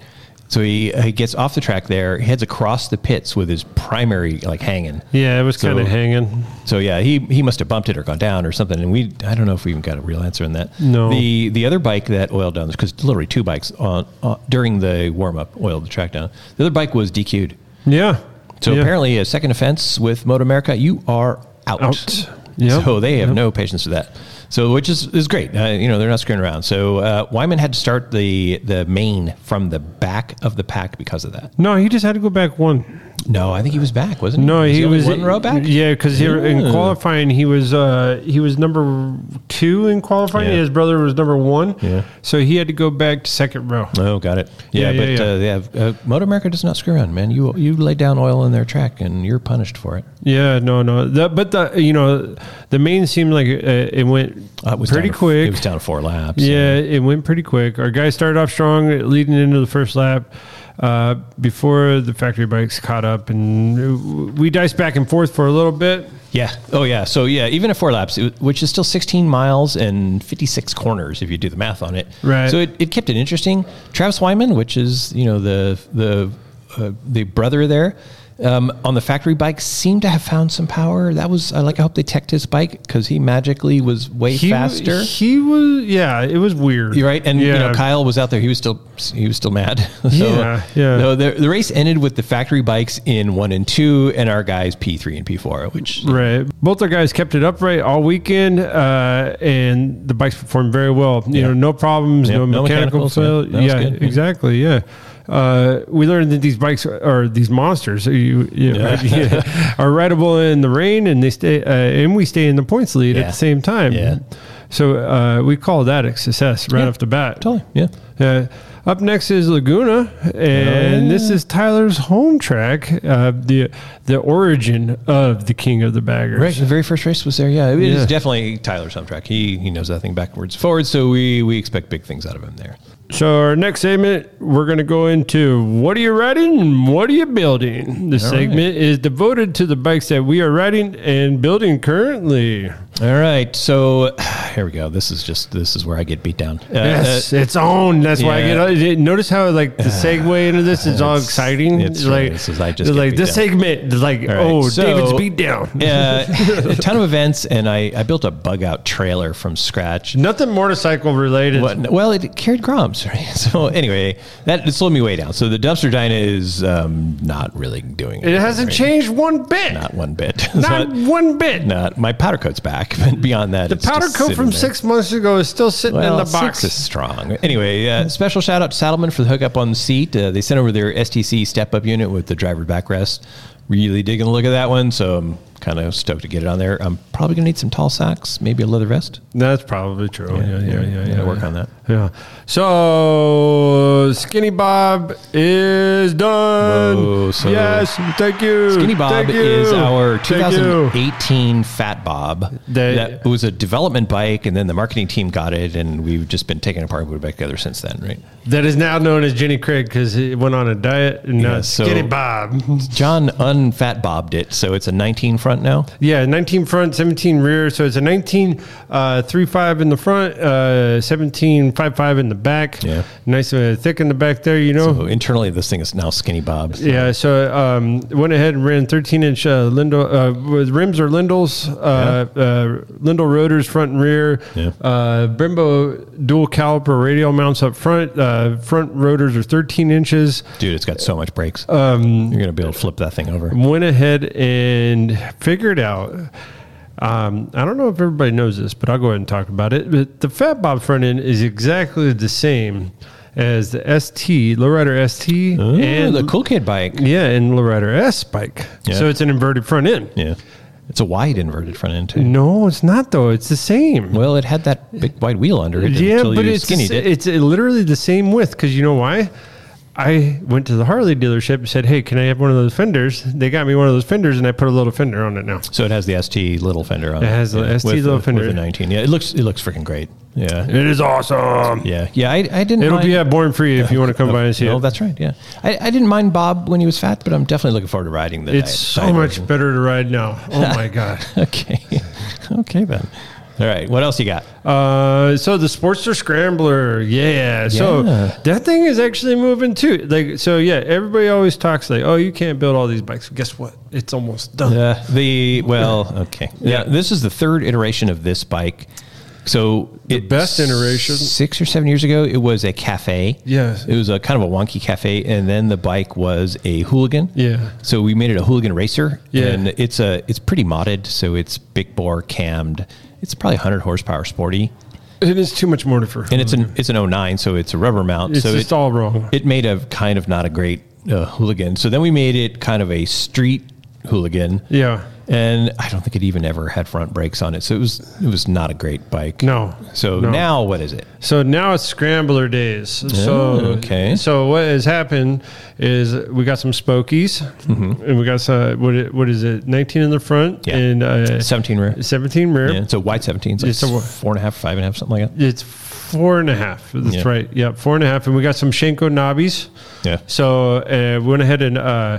Speaker 2: So he, he gets off the track there, he heads across the pits with his primary like hanging.
Speaker 1: yeah, it was kind of
Speaker 2: So-
Speaker 1: hanging.
Speaker 2: So yeah, he he must have bumped it or gone down or something, and we I don't know if we even got a real answer on that.
Speaker 1: No.
Speaker 2: The the other bike that oiled down because literally two bikes on, on during the warm up oiled the track down. The other bike was DQ'd.
Speaker 1: Yeah.
Speaker 2: So
Speaker 1: yeah.
Speaker 2: apparently a second offense with Moto America, you are out.
Speaker 1: Out. Yep.
Speaker 2: So they have no patience for that. So which is is great. Uh, you know they're not screwing around. So uh, Wyman had to start the the main from the back of the pack because of that.
Speaker 1: No, he just had to go back one.
Speaker 2: No, I think he was back, wasn't
Speaker 1: No,
Speaker 2: he?
Speaker 1: he
Speaker 2: only
Speaker 1: was
Speaker 2: one row back.
Speaker 1: Yeah, because in
Speaker 2: Yeah.
Speaker 1: qualifying he was uh, he was number two in qualifying.
Speaker 2: Yeah.
Speaker 1: His brother was number one.
Speaker 2: Yeah.
Speaker 1: so he had to go back to second row.
Speaker 2: Oh, got it.
Speaker 1: Yeah,
Speaker 2: Yeah,
Speaker 1: yeah,
Speaker 2: but
Speaker 1: yeah.
Speaker 2: Uh, they have uh, Motor America does not screw around, man. You you lay down oil in their track and you're punished for it.
Speaker 1: Yeah, no, no. The, but the you know the main seemed like uh, it went
Speaker 2: Uh, it was
Speaker 1: pretty
Speaker 2: down to-
Speaker 1: quick.
Speaker 2: It was down to four laps.
Speaker 1: Yeah, it went pretty quick. Our guy started off strong, leading into the first lap. Uh, before the factory bikes caught up, and we diced back and forth for a little bit.
Speaker 2: Yeah. Oh, yeah. So yeah, even at four laps, it, which is still 16 miles and 56 corners if you do the math on it.
Speaker 1: Right.
Speaker 2: So it, it kept it interesting. Travis Wyman, which is you know the the uh, the brother there. Um, on the factory bike, seemed to have found some power. That was I like. I hope they teched his bike because he magically was way
Speaker 1: He-
Speaker 2: faster.
Speaker 1: He was, yeah, it was weird.
Speaker 2: You're right, and you know
Speaker 1: Yeah.
Speaker 2: Kyle was out there. He was still he was still mad. (laughs) so,
Speaker 1: Yeah, yeah.
Speaker 2: No, the, the race ended with the factory bikes in one and two, and our guys P three and P four, which
Speaker 1: Right. Both our guys kept it upright all weekend, uh, and the bikes performed very well. You
Speaker 2: Yeah.
Speaker 1: know, no problems,
Speaker 2: Yep,
Speaker 1: no,
Speaker 2: no
Speaker 1: mechanical
Speaker 2: mechanicals, yeah.
Speaker 1: fail.
Speaker 2: That was
Speaker 1: Yeah,
Speaker 2: good, yeah.
Speaker 1: exactly. Yeah. Uh, we learned that these bikes are these monsters. Are you, you know, (laughs) yeah, are rideable in the rain, and they stay, uh, and we stay in the points lead at
Speaker 2: Yeah.
Speaker 1: the same time.
Speaker 2: Yeah.
Speaker 1: So uh, we call that a success right
Speaker 2: Yeah.
Speaker 1: off the bat.
Speaker 2: totally yeah.
Speaker 1: Uh, up next is Laguna, and this is Tyler's home track, uh, the the origin of the King of the Baggers.
Speaker 2: Right, the very first race was there. Yeah, it is
Speaker 1: Yeah.
Speaker 2: definitely Tyler's home track. He he knows that thing backwards forwards, so we we expect big things out of him there.
Speaker 1: So our next segment, we're going to go into what are you riding and what are you building. The segment is devoted to the bikes that we are riding and building currently.
Speaker 2: All right, so (sighs) here we go. This is just this is where I get beat down. Uh,
Speaker 1: yes, it's on. That's why
Speaker 2: yeah.
Speaker 1: I get. Notice how like
Speaker 2: (sighs)
Speaker 1: the segue into this is all
Speaker 2: It's-
Speaker 1: exciting.
Speaker 2: it's true.
Speaker 1: like
Speaker 2: This is- I just
Speaker 1: they're
Speaker 2: get
Speaker 1: like
Speaker 2: beat
Speaker 1: this
Speaker 2: down.
Speaker 1: segment. is Like
Speaker 2: All right,
Speaker 1: oh,
Speaker 2: so-
Speaker 1: David's beat down.
Speaker 2: uh, a ton of events, and I, I built a bug out trailer from scratch.
Speaker 1: Nothing motorcycle related.
Speaker 2: What, well, it carried Groms, (laughs) right? So anyway, that it slowed me way down. So the dumpster dyna is um, not really doing
Speaker 1: It
Speaker 2: anything,
Speaker 1: hasn't
Speaker 2: right?
Speaker 1: changed one bit.
Speaker 2: Not one bit. (laughs)
Speaker 1: Not
Speaker 2: So,
Speaker 1: one bit.
Speaker 2: not my powder coat's back, (laughs) but beyond that,
Speaker 1: The powder coat from six months ago is still sitting
Speaker 2: well,
Speaker 1: in the box.
Speaker 2: Six is strong. Anyway, uh, special shout out to Saddleman for the hookup on the seat. Uh, they sent over their STC step up unit with the driver backrest. Really digging the look of that one, so I'm kind of stoked to get it on there. I'm probably gonna need some tall socks, maybe a leather vest.
Speaker 1: That's probably true. Yeah, yeah, yeah, yeah.
Speaker 2: Gotta work on that.
Speaker 1: Yeah. So Skinny Bob is done.
Speaker 2: Whoa, so-
Speaker 1: yes, thank you.
Speaker 2: Skinny Bob
Speaker 1: Thank you.
Speaker 2: is our
Speaker 1: Thank you.
Speaker 2: 2018 Fat Bob.
Speaker 1: They-
Speaker 2: that was a development bike, and then the marketing team got it, and we've just been taking it apart and put it back together since then, right?
Speaker 1: That is now known as Jenny Craig because he went on a diet and now
Speaker 2: Yeah,
Speaker 1: it's
Speaker 2: so-
Speaker 1: Skinny Bob.
Speaker 2: John unfat bobbed it, so it's a 19 front now.
Speaker 1: Yeah, 19 front, 17 17 rear. So it's a 19 uh, 35 in the front, uh, 17 55 in the back.
Speaker 2: Yeah.
Speaker 1: Nice uh, thick in the back there, you know.
Speaker 2: So internally, this thing is now skinny Bob.
Speaker 1: yeah, so um, went ahead and ran 13 inch uh, Lindell uh, with rims or Lindels, uh, uh, Lindell rotors front and rear,
Speaker 2: Yeah.
Speaker 1: uh, Brembo dual caliper radial mounts up front. Uh, front rotors are 13 inches.
Speaker 2: Dude, it's got so much brakes. Um, You're gonna be able to flip that thing over.
Speaker 1: went ahead and figured out. Um, I don't know if everybody knows this, but I'll go ahead and talk about it. But the Fat Bob front end is exactly the same as the ST Lowrider ST
Speaker 2: Ooh,
Speaker 1: and
Speaker 2: Ah. the cool kid bike.
Speaker 1: yeah, and Lowrider S bike.
Speaker 2: Yeah.
Speaker 1: So it's an inverted front end.
Speaker 2: Yeah, it's a wide inverted front end too.
Speaker 1: No, it's not though. It's the same.
Speaker 2: Well, it had that big wide wheel under it
Speaker 1: yeah,
Speaker 2: until
Speaker 1: but
Speaker 2: you
Speaker 1: it's
Speaker 2: skinnied it.
Speaker 1: it's literally the same width. Because you know why? I went to the Harley dealership and said, "Hey, can I have one of those fenders?" They got me one of those fenders, and I put a little fender on it now.
Speaker 2: So it has the ST little fender on it.
Speaker 1: It has the
Speaker 2: Yeah,
Speaker 1: ST little
Speaker 2: with
Speaker 1: fender.
Speaker 2: the 19. Yeah, it looks it looks freaking great. Yeah,
Speaker 1: It is awesome.
Speaker 2: yeah, yeah. I, I didn't.
Speaker 1: It'll
Speaker 2: mind, Oh,
Speaker 1: be at Born Free if you want to come by and see
Speaker 2: No,
Speaker 1: it.
Speaker 2: that's right. Yeah, I, I didn't mind Bob when he was fat, but I'm definitely looking forward to riding the.
Speaker 1: It's
Speaker 2: diet-
Speaker 1: so
Speaker 2: diet
Speaker 1: much
Speaker 2: version.
Speaker 1: better to ride now. Oh my god!
Speaker 2: (laughs) Okay, (laughs) okay then. All right, what else you got?
Speaker 1: Uh, so the Sportster Scrambler, yeah. So
Speaker 2: Yeah.
Speaker 1: that thing is actually moving too. Like, so yeah, everybody always talks like, "Oh, you can't build all these bikes." Guess what? It's almost done.
Speaker 2: Uh, the well, okay. Yeah. this is the third iteration of this bike. So the
Speaker 1: best iteration.
Speaker 2: six or seven years ago, it was a cafe.
Speaker 1: Yes.
Speaker 2: it was a kind of a wonky cafe, and then the bike was a hooligan.
Speaker 1: Yeah.
Speaker 2: so we made it a hooligan racer.
Speaker 1: Yeah.
Speaker 2: and it's a it's pretty modded, so it's big bore cammed. It's probably 100 horsepower sporty,
Speaker 1: It is too much mortar for.
Speaker 2: and it's an it's an 09, so it's a rubber mount.
Speaker 1: it's
Speaker 2: so
Speaker 1: just
Speaker 2: it,
Speaker 1: all wrong.
Speaker 2: it made a kind of not a great uh, hooligan. So then we made it kind of a street hooligan
Speaker 1: yeah.
Speaker 2: and I don't think it even ever had front brakes on it. So it was it was not a great bike.
Speaker 1: No.
Speaker 2: So
Speaker 1: No.
Speaker 2: now what is it?
Speaker 1: So now it's scrambler days. So
Speaker 2: Oh, okay.
Speaker 1: So what has happened is we got some Spokies, and we got some, what? i- What is it? Nineteen in the front
Speaker 2: Mm-hmm. Yeah.
Speaker 1: and uh,
Speaker 2: Seventeen rear.
Speaker 1: 17 rear.
Speaker 2: Yeah, it's a wide seventeen. So
Speaker 1: It's
Speaker 2: it's
Speaker 1: a wa-
Speaker 2: four and a half, five and a half, something like that.
Speaker 1: It's four and a half. That's
Speaker 2: Yeah.
Speaker 1: right. Yeah, four and a half. And we got some Shenko knobbies.
Speaker 2: Yeah,
Speaker 1: So uh, we went ahead and uh,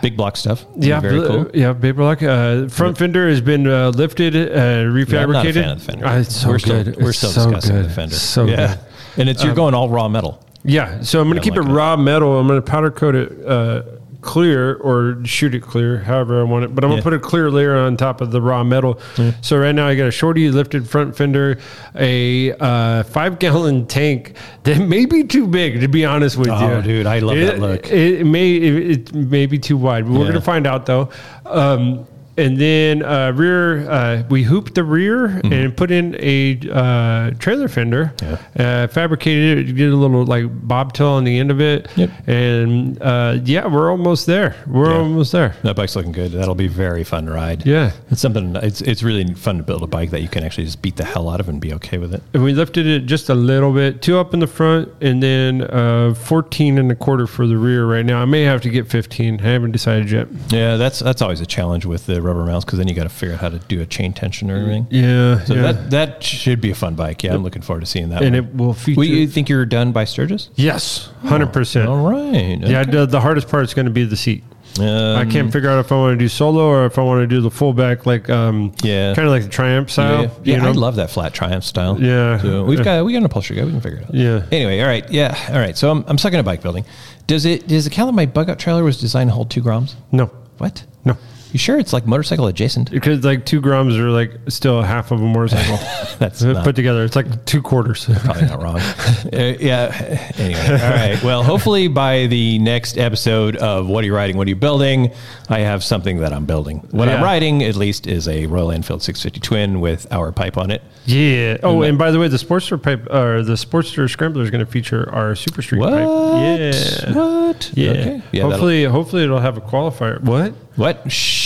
Speaker 2: big block stuff.
Speaker 1: yeah,
Speaker 2: Mm, very
Speaker 1: bl-
Speaker 2: cool. Mm.
Speaker 1: yeah, paper lock. Uh, front fender has been uh, lifted, uh, refabricated.
Speaker 2: Yeah, I'm not a fan of the fender.
Speaker 1: Uh, it's so
Speaker 2: we're
Speaker 1: good.
Speaker 2: still we're
Speaker 1: It's
Speaker 2: still
Speaker 1: so
Speaker 2: discussing
Speaker 1: good.
Speaker 2: the fender.
Speaker 1: So
Speaker 2: yeah,
Speaker 1: good. Um,
Speaker 2: and it's you're going all raw metal.
Speaker 1: Yeah, so I'm going to
Speaker 2: Yeah,
Speaker 1: keep it
Speaker 2: like it.
Speaker 1: raw metal. I'm going to powder coat it uh, clear or shoot it clear, however I want it. But I'm
Speaker 2: Yeah.
Speaker 1: going to put a clear layer on top of the raw metal. So right now I got a shorty lifted front fender, a uh, five gallon tank that (laughs) may be too big. To be honest with you,
Speaker 2: Oh, dude, I love
Speaker 1: it,
Speaker 2: that look.
Speaker 1: It may it, it may be too wide. But We're
Speaker 2: Yeah.
Speaker 1: going to find out though. Um, and then uh, rear, uh, we hooped the rear and put in a uh, trailer fender
Speaker 2: Yeah.
Speaker 1: uh, fabricated it, did a little like bobtail on the end of it,
Speaker 2: Yep.
Speaker 1: and uh, yeah, we're almost there. We're
Speaker 2: Yeah.
Speaker 1: almost there.
Speaker 2: That bike's looking good. That'll be very fun to ride.
Speaker 1: Yeah.
Speaker 2: it's something. It's it's really fun to build a bike that you can actually just beat the hell out of and be okay with it.
Speaker 1: And we lifted it just a little bit, two up in the front, and then uh, fourteen and a quarter for the rear. Right now, I may have to get fifteen. I haven't decided yet.
Speaker 2: Yeah, that's that's always a challenge with the rubber mounts because then you got to figure out how to do a chain tension
Speaker 1: Mm-hmm.
Speaker 2: or everything.
Speaker 1: Yeah,
Speaker 2: So
Speaker 1: yeah.
Speaker 2: that that should be a fun bike. Yeah, I'm looking forward to seeing that.
Speaker 1: and
Speaker 2: one.
Speaker 1: it will feature.
Speaker 2: Well, you think you're done by Sturgis?
Speaker 1: yes, hundred percent.
Speaker 2: All right.
Speaker 1: Yeah, the, the hardest part is going to be the seat. I
Speaker 2: Um,
Speaker 1: can't figure out if I want to do solo or if I want to do the fullback, like um,
Speaker 2: Yeah.
Speaker 1: kind of like the Triumph style.
Speaker 2: Yeah, yeah I love that flat Triumph style.
Speaker 1: Yeah.
Speaker 2: So we've got we got an upholstery guy. We can figure it out.
Speaker 1: Yeah.
Speaker 2: Anyway, all right. Yeah. All right. So I'm I'm sucking at bike building. Does it does it count that my bug out trailer was designed to hold two grams?
Speaker 1: no,
Speaker 2: What?
Speaker 1: no.
Speaker 2: You sure it's like motorcycle adjacent? (laughs)
Speaker 1: because like two grams are like still half of a motorcycle
Speaker 2: That's not-
Speaker 1: put together. It's like two
Speaker 2: (laughs)
Speaker 1: quarters.
Speaker 2: probably not wrong. Uh, yeah. Anyway, all right. Well, hopefully by the next episode of What Are You Riding? What Are You Building? I have something that I'm building. What I'm
Speaker 1: Yeah.
Speaker 2: riding, at least, is a Royal Enfield 650 Twin with our pipe on it.
Speaker 1: yeah. Oh, and by the way, the Sportster pipe or the Sportster Scrambler is going to feature our Super Street
Speaker 2: What?
Speaker 1: pipe. Yeah.
Speaker 2: What?
Speaker 1: Yeah.
Speaker 2: Okay. Yeah. Hopefully.
Speaker 1: hopefully, hopefully it'll have a qualifier. What?
Speaker 2: What? Shh.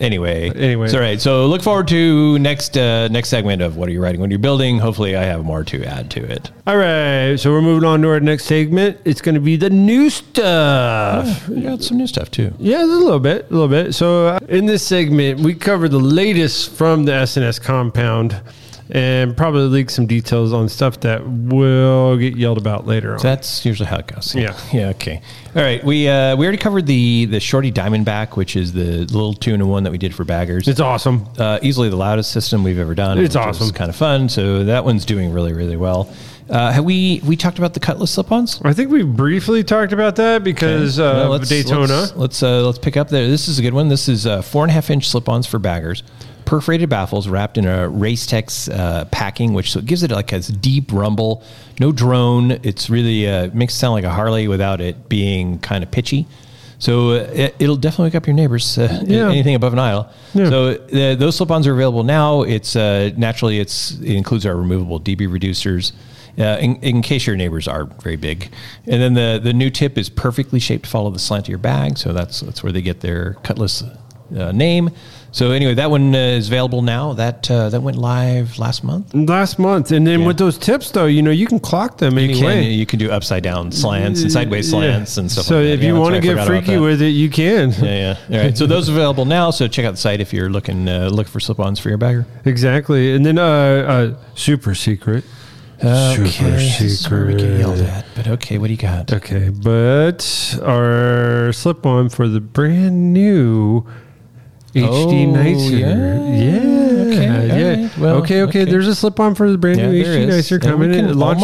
Speaker 2: Anyway.
Speaker 1: Anyway.
Speaker 2: It's all right. So look forward to next uh, next segment of What Are You Riding? What Are You Building? Hopefully, I have more to add to it.
Speaker 1: All right. So we're moving on to our next segment. It's going to be the new stuff.
Speaker 2: You got some new stuff too.
Speaker 1: Yeah, a little bit, a little bit. So uh, in this segment, we cover the latest from the SNS compound. and probably leak some details on stuff that will get yelled about later on.
Speaker 2: That's usually how it goes.
Speaker 1: Yeah.
Speaker 2: (laughs) Yeah. Okay. All right. We uh, we already covered the the shorty diamondback, which is the little two in one that we did for baggers.
Speaker 1: it's awesome.
Speaker 2: uh, easily the loudest system we've ever done.
Speaker 1: It's
Speaker 2: which
Speaker 1: awesome.
Speaker 2: Is kind of fun. So that one's doing really really well. Uh, have we we talked about the cutlass slip-ons?
Speaker 1: I think we briefly talked about that because
Speaker 2: Okay.
Speaker 1: uh,
Speaker 2: Well, let's-
Speaker 1: Daytona.
Speaker 2: Let's let's, uh, let's pick up there. This is a good one. This is uh, four and a half inch slip-ons for baggers, perforated baffles wrapped in a Racetex uh, packing, which so it gives it like a deep rumble. No drone. It's really uh, makes it sound like a Harley without it being kind of pitchy. So uh, it, it'll definitely wake up your neighbors. Uh,
Speaker 1: Yeah.
Speaker 2: Anything above an aisle.
Speaker 1: Yeah.
Speaker 2: So uh, those slip-ons are available now. It's uh, naturally it's it includes our removable DB reducers. Uh, in, in case your neighbors are very big, and then the the new tip is perfectly shaped to follow the slant of your bag, so that's that's where they get their cutlass uh, name. So anyway, that one uh, is available now. That uh, that went live last month.
Speaker 1: Last month, and then with those tips though, you know you can clock them
Speaker 2: You
Speaker 1: any
Speaker 2: can,
Speaker 1: way.
Speaker 2: you can do upside down slants and sideways slants
Speaker 1: Yeah.
Speaker 2: and stuff.
Speaker 1: So
Speaker 2: like that.
Speaker 1: if
Speaker 2: Yeah,
Speaker 1: you
Speaker 2: that's
Speaker 1: want
Speaker 2: right.
Speaker 1: to
Speaker 2: I
Speaker 1: get
Speaker 2: forgot about
Speaker 1: freaky
Speaker 2: that.
Speaker 1: with it, you can.
Speaker 2: yeah, yeah. All right. So those are available now. So check out the site if you're looking uh, looking for slip-ons for your bagger.
Speaker 1: (laughs) Exactly, and then uh, uh, super secret. Super
Speaker 2: this is where we get yelled
Speaker 1: secret.
Speaker 2: at. But okay, what do you got?
Speaker 1: Okay, but our slip on for the brand new HD
Speaker 2: Oh,
Speaker 1: Nicer.
Speaker 2: yeah.
Speaker 1: Yeah.
Speaker 2: Okay, all
Speaker 1: yeah.
Speaker 2: right. Well,
Speaker 1: okay, okay,
Speaker 2: okay.
Speaker 1: There's a slip on for the brand
Speaker 2: Yeah,
Speaker 1: new
Speaker 2: there
Speaker 1: HD
Speaker 2: is.
Speaker 1: Nicer
Speaker 2: Yeah, we
Speaker 1: coming in.
Speaker 2: Can
Speaker 1: It launches.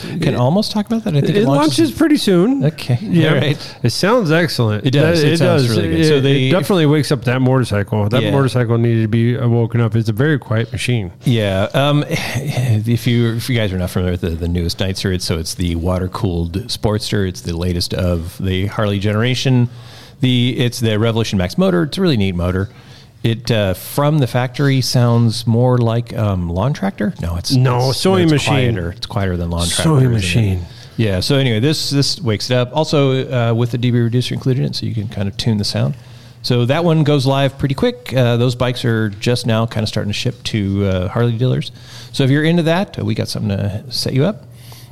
Speaker 2: almost, can almost talk about that. I think
Speaker 1: It, launches pretty soon.
Speaker 2: Okay.
Speaker 1: (laughs) Yeah.
Speaker 2: All right.
Speaker 1: It sounds excellent.
Speaker 2: It does.
Speaker 1: That-
Speaker 2: It
Speaker 1: It,
Speaker 2: sounds
Speaker 1: does.
Speaker 2: really good.
Speaker 1: It,
Speaker 2: So
Speaker 1: it
Speaker 2: they-
Speaker 1: definitely wakes up that motorcycle. That
Speaker 2: Yeah.
Speaker 1: motorcycle needed to be uh, woken up. It's a very quiet machine.
Speaker 2: Yeah. Um, (sighs) if you if you guys are not familiar with the, the newest Nightster, it's so it's the water cooled Sportster. It's the latest of the Harley generation. The it's the Revolution Max motor. It's a really neat motor. It uh, from the factory sounds more like um, lawn tractor. No, it's
Speaker 1: No,
Speaker 2: it's,
Speaker 1: sewing
Speaker 2: it's
Speaker 1: machine.
Speaker 2: Quieter. It's quieter than lawn tractor.
Speaker 1: Sewing
Speaker 2: isn't it?
Speaker 1: machine.
Speaker 2: Yeah. So anyway, this this wakes it up. Also uh, with the DB reducer included in, it, so you can kind of tune the sound. So that one goes live pretty quick. Uh, those bikes are just now kind of starting to ship to uh, Harley dealers. So if you're into that, uh, we got something to set you up.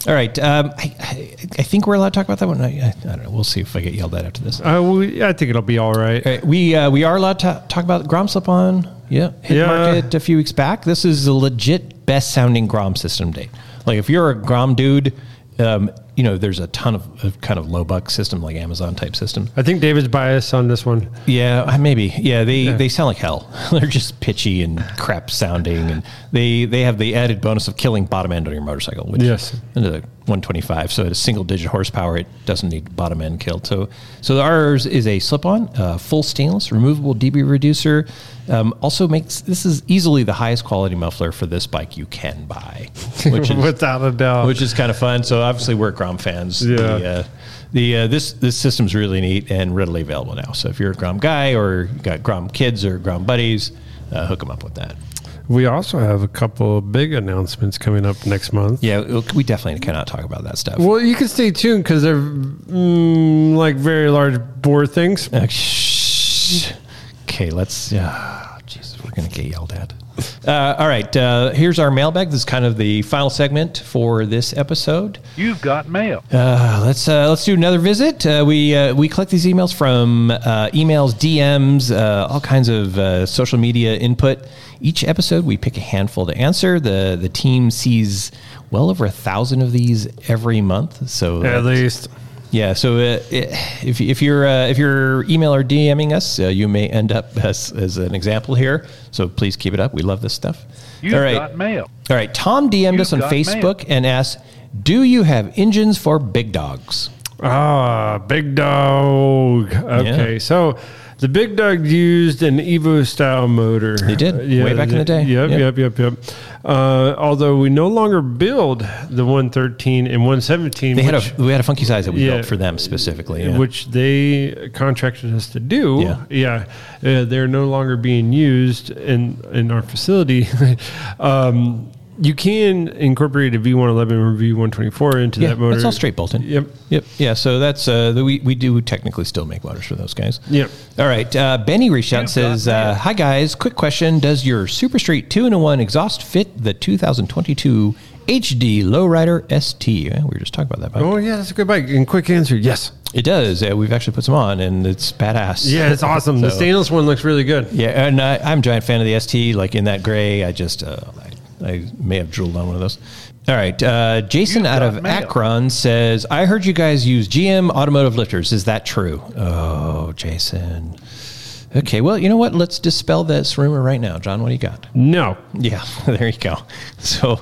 Speaker 2: All right. Um, I, I, I think we're allowed to talk about that one. I, I, I don't know. We'll see if I get yelled at after this. All
Speaker 1: Uh, we, I think it'll be all right.
Speaker 2: right. We uh, we are allowed to talk about Grom Slip on. Yeah. Hit
Speaker 1: Yeah.
Speaker 2: market a few weeks back. This is the legit best sounding Grom system date. Like if you're a Grom dude, um, you know there's a ton of, of kind of low buck system like Amazon type system.
Speaker 1: I think David's biased on this one.
Speaker 2: Yeah, uh, maybe. Yeah, they they sound like hell. (laughs) They're just pitchy and crap sounding, and they they have the added bonus of killing bottom end on your motorcycle. Which
Speaker 1: Yes.
Speaker 2: is a 125. So at a single digit horsepower, it doesn't need bottom end killed. So so ours is a slip on, uh, full stainless, removable DB reducer. Um, also makes this is easily the highest quality muffler for this bike you can buy, which
Speaker 1: (laughs)
Speaker 2: is
Speaker 1: Without a doubt.
Speaker 2: which is kind of fun. So obviously we're Grom fans.
Speaker 1: Yeah.
Speaker 2: The, uh, the uh, this this system's really neat and readily available now. So if you're a Grom guy or you got Grom kids or Grom buddies, uh, hook them up with that.
Speaker 1: We also have a couple of big announcements coming up next month.
Speaker 2: Yeah, we- we definitely cannot talk about that stuff.
Speaker 1: Well, you can stay tuned because they're mm, like very large bore things.
Speaker 2: Uh, shh. Okay, let's. Uh, Jesus, we're gonna get yelled at. Uh, all right, uh, here's our mailbag. This is kind of the final segment for this episode.
Speaker 3: You've got mail.
Speaker 2: Uh, let's uh, let's do another visit. Uh, we uh, we collect these emails from uh, emails, DMs, uh, all kinds of uh, social media input. Each episode, we pick a handful to answer. the The team sees well over a thousand of these every month. So
Speaker 1: At least
Speaker 2: yeah, so uh, i- if, if you're uh, if you're email or DMing us, uh, you may end up as, as an example here. So please keep it up. We love this stuff.
Speaker 3: You've
Speaker 2: all right,
Speaker 3: got mail.
Speaker 2: all right. Tom DM'd us on
Speaker 3: You've got mail.
Speaker 2: Facebook and asked, "Do you have engines for big dogs?"
Speaker 1: Ah, Big Dog. Okay,
Speaker 2: Yeah.
Speaker 1: so the Big Dog used an Evo style motor. They
Speaker 2: did, way back in the day.
Speaker 1: Yep,
Speaker 2: Yep.
Speaker 1: yep, yep, yep. Uh, although we no longer build the 113 and 117,
Speaker 2: They had
Speaker 1: which,
Speaker 2: a we had a funky size that we
Speaker 1: Yeah.
Speaker 2: built for them specifically. yeah.
Speaker 1: which they contracted us to do.
Speaker 2: Yeah.
Speaker 1: yeah uh, they're no longer being used in in our facility. (laughs) um, you can incorporate a V111 or V124 into
Speaker 2: yeah,
Speaker 1: that motor.
Speaker 2: that's all straight bolted.
Speaker 1: Yep.
Speaker 2: Yep. Yeah. So that's uh, the, we we do technically still make motors for those guys.
Speaker 1: Yep.
Speaker 2: All right. Uh, Benny reached out and says, uh, "Hi guys, quick question: Does your Super Street two in one exhaust fit the 2022 HD Lowrider ST? Eh, we were just talking about that. Bike.
Speaker 1: Oh yeah, that's a good bike. And quick answer, yes.
Speaker 2: It does. Uh, we've actually put some on, and it's badass.
Speaker 1: Yeah,
Speaker 2: (laughs)
Speaker 1: it's awesome. the
Speaker 2: So-
Speaker 1: stainless one looks really good.
Speaker 2: Yeah, and I, I'm a giant fan of the ST. Like in that gray, I just uh, I I may have drooled on one of those. All right. Uh, Jason
Speaker 3: You've
Speaker 2: out
Speaker 3: got
Speaker 2: of
Speaker 3: mail.
Speaker 2: Akron says, I heard you guys use GM automotive lifters. Is that true? Oh, Jason. Okay. Well, you know what? Let's dispel this rumor right now. John, what do you got?
Speaker 1: No.
Speaker 2: Yeah, (laughs) there you go. So,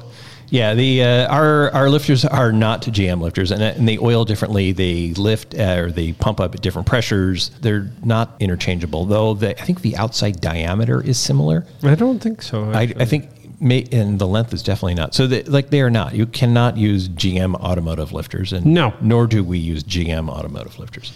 Speaker 2: yeah, the uh, our our lifters are not GM lifters, and, and they oil differently. They lift uh, or they pump up at different pressures. They're not interchangeable, though. The, I think the outside diameter is similar.
Speaker 1: I don't think so.
Speaker 2: I, I think. May, and the length is definitely not so. That like they are not. You cannot use GM automotive lifters, and
Speaker 1: No.
Speaker 2: nor do we use GM automotive lifters.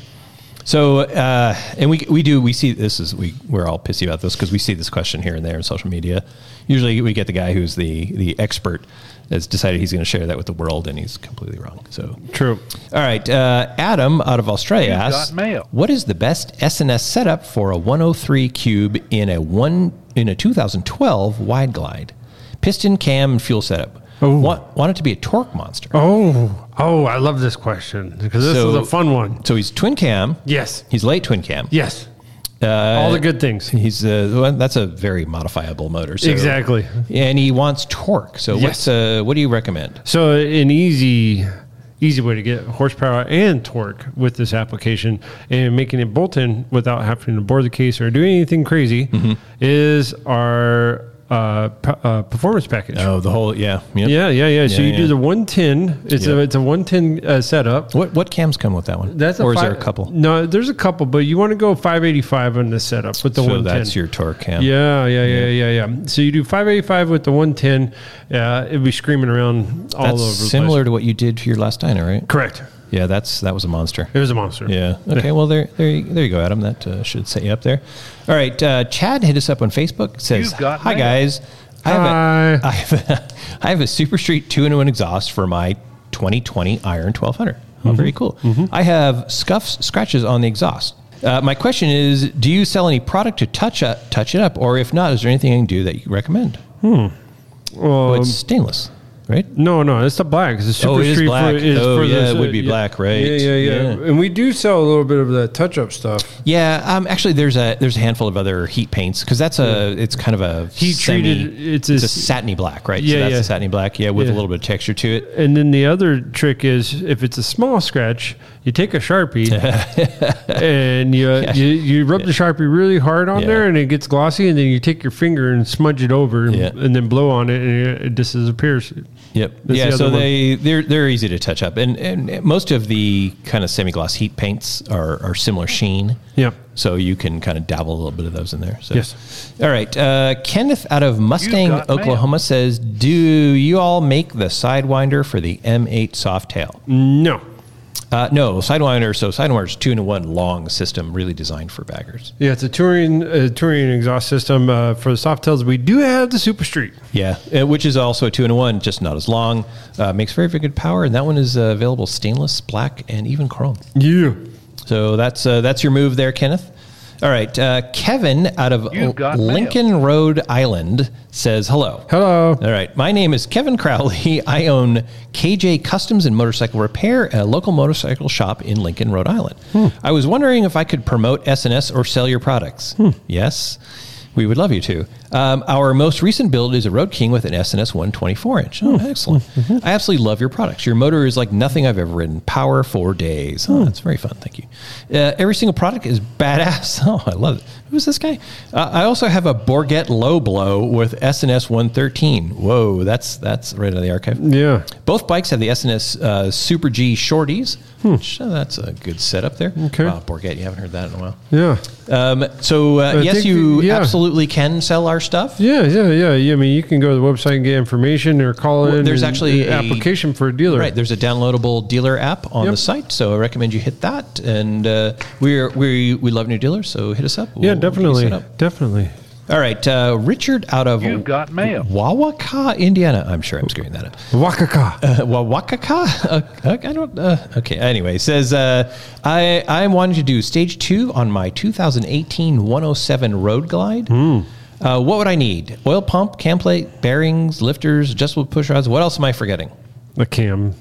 Speaker 2: So, uh, and we we do we see this is we we're all pissy about this because we see this question here and there in social media. Usually, we get the guy who's the the expert that's decided he's going to share that with the world, and he's completely wrong. So,
Speaker 1: True.
Speaker 2: all right, uh, Adam out of Australia
Speaker 3: got
Speaker 2: asks,
Speaker 3: mail.
Speaker 2: "What is the best SNS setup for a 103 cube in a one in a 2012 wide glide, piston cam and fuel setup? Want, want it to be a torque monster?
Speaker 1: Oh, oh, I love this question because this is
Speaker 2: So-
Speaker 1: a fun one.
Speaker 2: So he's twin cam.
Speaker 1: Yes.
Speaker 2: He's late twin cam.
Speaker 1: Yes.
Speaker 2: Uh,
Speaker 1: All the good things.
Speaker 2: He's uh, well, that's a very modifiable motor. So.
Speaker 1: Exactly.
Speaker 2: And he wants torque. So what's
Speaker 1: Yes.
Speaker 2: uh, what do you recommend?
Speaker 1: So an easy easy way to get horsepower and torque with this application and making it bolt in without having to bore the case or do anything crazy
Speaker 2: Mm-hmm.
Speaker 1: is our uh, p- uh, performance package.
Speaker 2: Oh, the whole yeah
Speaker 1: Yeah, yeah, yeah. So
Speaker 2: Yeah,
Speaker 1: you
Speaker 2: yeah.
Speaker 1: do the 110. It's a
Speaker 2: Yeah.
Speaker 1: it's a 110 uh, setup.
Speaker 2: What what cams come with that one?
Speaker 1: That's
Speaker 2: or is
Speaker 1: fi-
Speaker 2: there a couple?
Speaker 1: No, there's a couple, but you want to go 585 on the setup with the
Speaker 2: so
Speaker 1: 110.
Speaker 2: that's your torque cam.
Speaker 1: Yeah, yeah, yeah, yeah, yeah. So you do 585 with the 110. Yeah, it'd be screaming around all
Speaker 2: That's
Speaker 1: over. the
Speaker 2: similar
Speaker 1: place.
Speaker 2: to what you did for your last diner, right?
Speaker 1: Correct.
Speaker 2: Yeah, that's that was a monster.
Speaker 1: It was a monster.
Speaker 2: Yeah. Okay. Well, there, there, you, there you go, Adam. That uh, should set you up there. All right. Uh, Chad hit us up on Facebook. Says,
Speaker 3: You've got
Speaker 2: "Hi
Speaker 3: mail."
Speaker 2: guys, I have, a,
Speaker 1: Hi.
Speaker 2: I, have a, (laughs) I have a Super Street two in one exhaust for my 2020 Iron 1200. Oh, Very cool. I have scuffs, scratches on the exhaust. Uh, my question is, do you sell any product to touch up, touch it up, or if not, is there anything I can do that you recommend?
Speaker 1: Well,
Speaker 2: Well, it's stainless, right?
Speaker 1: no, no, it's the black. It's a super
Speaker 2: Oh, it is
Speaker 1: street
Speaker 2: black.
Speaker 1: For, is
Speaker 2: Oh,
Speaker 1: for
Speaker 2: yeah,
Speaker 1: this,
Speaker 2: it would be
Speaker 1: yeah.
Speaker 2: black, right?
Speaker 1: Yeah, yeah, yeah,
Speaker 2: Yeah.
Speaker 1: And we do sell a little bit of that touch-up stuff.
Speaker 2: Yeah, um, actually, there's a there's a handful of other heat paints because that's a it's kind of a
Speaker 1: Heat treated- it's a
Speaker 2: it's a
Speaker 1: s-
Speaker 2: satiny black, right? so
Speaker 1: Yeah,
Speaker 2: that's
Speaker 1: yeah.
Speaker 2: a satiny black, yeah, with a
Speaker 1: Yeah.
Speaker 2: little bit of texture to it.
Speaker 1: And then the other trick is if it's a small scratch, you take a
Speaker 2: (laughs)
Speaker 1: sharpie and you, you you rub the sharpie really hard on
Speaker 2: Yeah.
Speaker 1: there, and it gets glossy. And then you take your finger and smudge it over, and,
Speaker 2: Yeah.
Speaker 1: and then blow on it, and it, it disappears.
Speaker 2: Yep.
Speaker 1: That's
Speaker 2: yeah.
Speaker 1: the
Speaker 2: so
Speaker 1: other one.
Speaker 2: they they're they're easy to touch up, and and most of the kind of semi gloss heat paints are are similar sheen.
Speaker 1: Yep.
Speaker 2: So you can kind of dabble a little bit of those in there. So.
Speaker 1: Yes.
Speaker 2: All right. Uh, Kenneth out of Mustang,
Speaker 3: got
Speaker 2: Oklahoma says, "Do you all make the sidewinder for the M8 Softail?"
Speaker 1: No.
Speaker 2: Uh, no, Sidewinder. So Sidewinder is two in one long system, really designed for baggers.
Speaker 1: Yeah, it's a touring uh, touring exhaust system uh, for the soft tails. We do have the Super Street.
Speaker 2: Yeah, uh, which is also a two in one, just not as long. Uh, makes very, very good power, and that one is uh, available stainless, black, and even chrome.
Speaker 1: Yeah.
Speaker 2: So that's uh, that's your move there, Kenneth. All right, uh, Kevin out of
Speaker 3: You've got mail.
Speaker 2: Lincoln, Rhode Island says hello.
Speaker 1: Hello.
Speaker 2: All right. My name is Kevin Crowley. (laughs) I own KJ Customs and Motorcycle Repair, a local motorcycle shop in Lincoln, Rhode Island. I was wondering if I could promote SNS or sell your products. Yes. We would love you to. Um, our most recent build is a Road King with an SNS 124 inch.
Speaker 1: Hmm.
Speaker 2: Oh, excellent. I absolutely love your products. Your motor is like nothing I've ever ridden. Power for days.
Speaker 1: Hmm.
Speaker 2: Oh, that's very fun. Thank you. Uh, every single product is badass. (laughs) Oh, I love it. Who's this guy? Uh, I also have a Borgette Low Blow with SNS 113. Whoa, that's that's right out of the archive.
Speaker 1: Yeah.
Speaker 2: Both bikes have the SNS uh, Super G shorties. Which, uh, that's a good setup there.
Speaker 1: Hmm. Okay.
Speaker 2: Wow, Borgette, you haven't heard that in a while.
Speaker 1: Yeah.
Speaker 2: Um, so, uh,
Speaker 1: I
Speaker 2: yes,
Speaker 1: think
Speaker 2: you
Speaker 1: the- yeah.
Speaker 2: absolutely can sell our stuff.
Speaker 1: Yeah, yeah, yeah, yeah. I mean, you can go to the website and get information or call
Speaker 2: Well,
Speaker 1: in.
Speaker 2: there's
Speaker 1: and-
Speaker 2: actually
Speaker 1: an
Speaker 2: a-
Speaker 1: application for a dealer.
Speaker 2: Right, there's a downloadable dealer app on
Speaker 1: Yep.
Speaker 2: the site, so I recommend you hit that. And uh, we're we we love new dealers, so hit us up.
Speaker 1: Yeah,
Speaker 2: We'll get you
Speaker 1: definitely,
Speaker 2: set up.
Speaker 1: definitely.
Speaker 2: All right, uh, Richard out of
Speaker 3: You've got mail.
Speaker 2: Wawaka, Indiana. I'm sure I'm screwing that up.
Speaker 1: Wakaka.
Speaker 2: Uh, Wawakaka? Uh, I don't. Uh, okay. Anyway, says uh, I I wanted to do stage two on my 2018 107 Road Glide.
Speaker 1: Hmm.
Speaker 2: Uh, what would I need? Oil pump, cam plate, bearings, lifters, adjustable push rods. What else am I forgetting?
Speaker 1: The cam.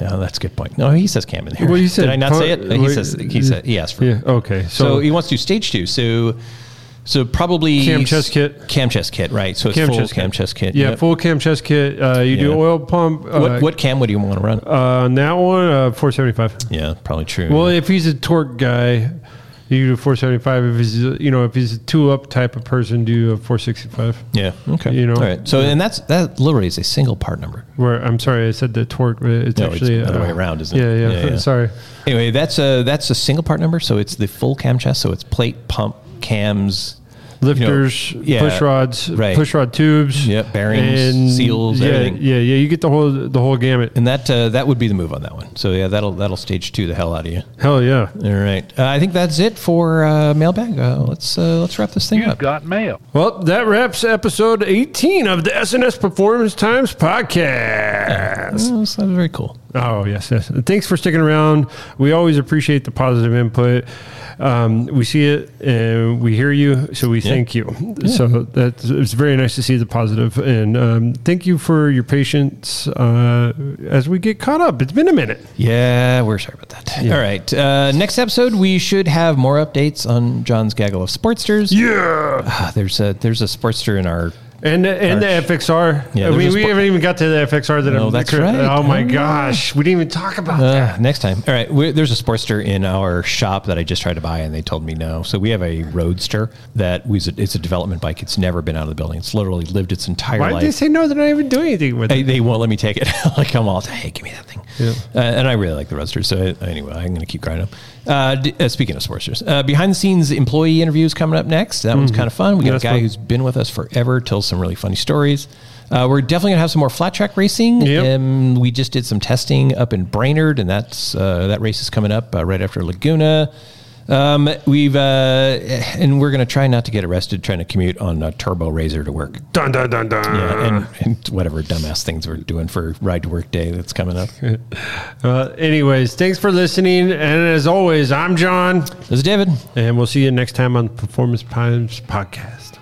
Speaker 2: Yeah, that's a good point. No, he says cam in there.
Speaker 1: What do you say?
Speaker 2: Did I not
Speaker 1: Pu-
Speaker 2: say it? He
Speaker 1: wait,
Speaker 2: says he said he asked for.
Speaker 1: Yeah. Okay.
Speaker 2: So,
Speaker 1: So,
Speaker 2: he wants to do stage two. So So probably
Speaker 1: Cam chest kit.
Speaker 2: Cam chest kit, right? So it's
Speaker 1: Cam
Speaker 2: full
Speaker 1: chest
Speaker 2: cam
Speaker 1: kit.
Speaker 2: chest kit.
Speaker 1: Yeah,
Speaker 2: Yep.
Speaker 1: full cam chest kit. Uh, you
Speaker 2: Yeah.
Speaker 1: do oil pump. Uh,
Speaker 2: what what cam would you want to run?
Speaker 1: Uh, on that one, uh, 475.
Speaker 2: yeah, probably true.
Speaker 1: Well, if he's a torque guy, you do 475. If he's, a- you know, if he's a two up type of person, do a 465.
Speaker 2: yeah. Okay.
Speaker 1: you know.
Speaker 2: All right. So and that's that literally is a single part number.
Speaker 1: Where I'm sorry, I said the torque. but It's
Speaker 2: No, it's
Speaker 1: actually uh,
Speaker 2: the other way around, isn't it?
Speaker 1: Yeah, yeah.
Speaker 2: Yeah, yeah.
Speaker 1: Sorry.
Speaker 2: Anyway, that's a that's a single part number. So it's the full cam chest. So it's plate, pump, cams, you know,
Speaker 1: Lifters,
Speaker 2: yeah,
Speaker 1: push rods,
Speaker 2: right.
Speaker 1: push rod tubes,
Speaker 2: Yep, bearings, seals,
Speaker 1: Yeah,
Speaker 2: everything.
Speaker 1: yeah, yeah. You get the whole the whole gamut.
Speaker 2: and that uh, that would be the move on that one. So yeah, that'll that'll stage two the hell out of you.
Speaker 1: Hell yeah.
Speaker 2: All right, uh, I think that's it for uh, mailbag. Uh, let's uh, let's wrap this thing
Speaker 3: You've
Speaker 2: up.
Speaker 3: got mail.
Speaker 1: Well, that wraps episode 18 of the SNS Performance Times podcast.
Speaker 2: That was, that was very cool.
Speaker 1: Oh, yes, yes. Thanks for sticking around. We always appreciate the positive input. Um, we see it and we hear you, so we thank you. So that's it's very nice to see the positive, and um, thank you for your patience uh, as we get caught up. It's been a minute.
Speaker 2: Yeah, we're sorry about that. All right, uh, next episode we should have more updates on John's gaggle of sportsters.
Speaker 1: Yeah,
Speaker 2: Ah, there's a there's a sportster in our.
Speaker 1: and the- and the FXR.
Speaker 2: Yeah,
Speaker 1: I
Speaker 2: there's
Speaker 1: mean,
Speaker 2: a
Speaker 1: we
Speaker 2: spo-
Speaker 1: haven't even got to the FXR that.
Speaker 2: No,
Speaker 1: I'm
Speaker 2: that's right.
Speaker 1: Oh my
Speaker 2: Oh.
Speaker 1: gosh, we didn't even talk about that.
Speaker 2: Uh, next time. All right. We're, there's a Sportster in our shop that I just tried to buy and they told me no. So we have a Roadster that was a, it's a development bike. It's never been out of the building. It's literally lived its entire
Speaker 1: Why
Speaker 2: life.
Speaker 1: did they say no? They're not even doing anything with
Speaker 2: they,
Speaker 1: it.
Speaker 2: they won't let me take it. (laughs) like I'm all, hey, give me that thing. Uh, and I really like the roadster. So uh, anyway, I'm going to keep grinding. them. Uh, d- uh, speaking of sportsters, uh, behind the scenes employee interviews coming up next. That one's kind of fun. We got
Speaker 1: Mm-hmm. that's
Speaker 2: a guy
Speaker 1: fun.
Speaker 2: who's been with us forever, tells some really funny stories. Uh, we're definitely gonna have some more flat track racing.
Speaker 1: Yep.
Speaker 2: Um, we just did some testing up in Brainerd, and that's uh, that race is coming up uh, right after Laguna. Um, we've uh, and we're gonna try not to get arrested trying to commute on a turbo razor to work.
Speaker 1: Dun dun dun dun.
Speaker 2: Yeah, and, and whatever dumbass things we're doing for Ride to Work Day that's coming up. this
Speaker 1: Uh, anyways, thanks for listening. And as always, I'm John,
Speaker 2: is David.
Speaker 1: and we'll see you next time on Performance Times Podcast.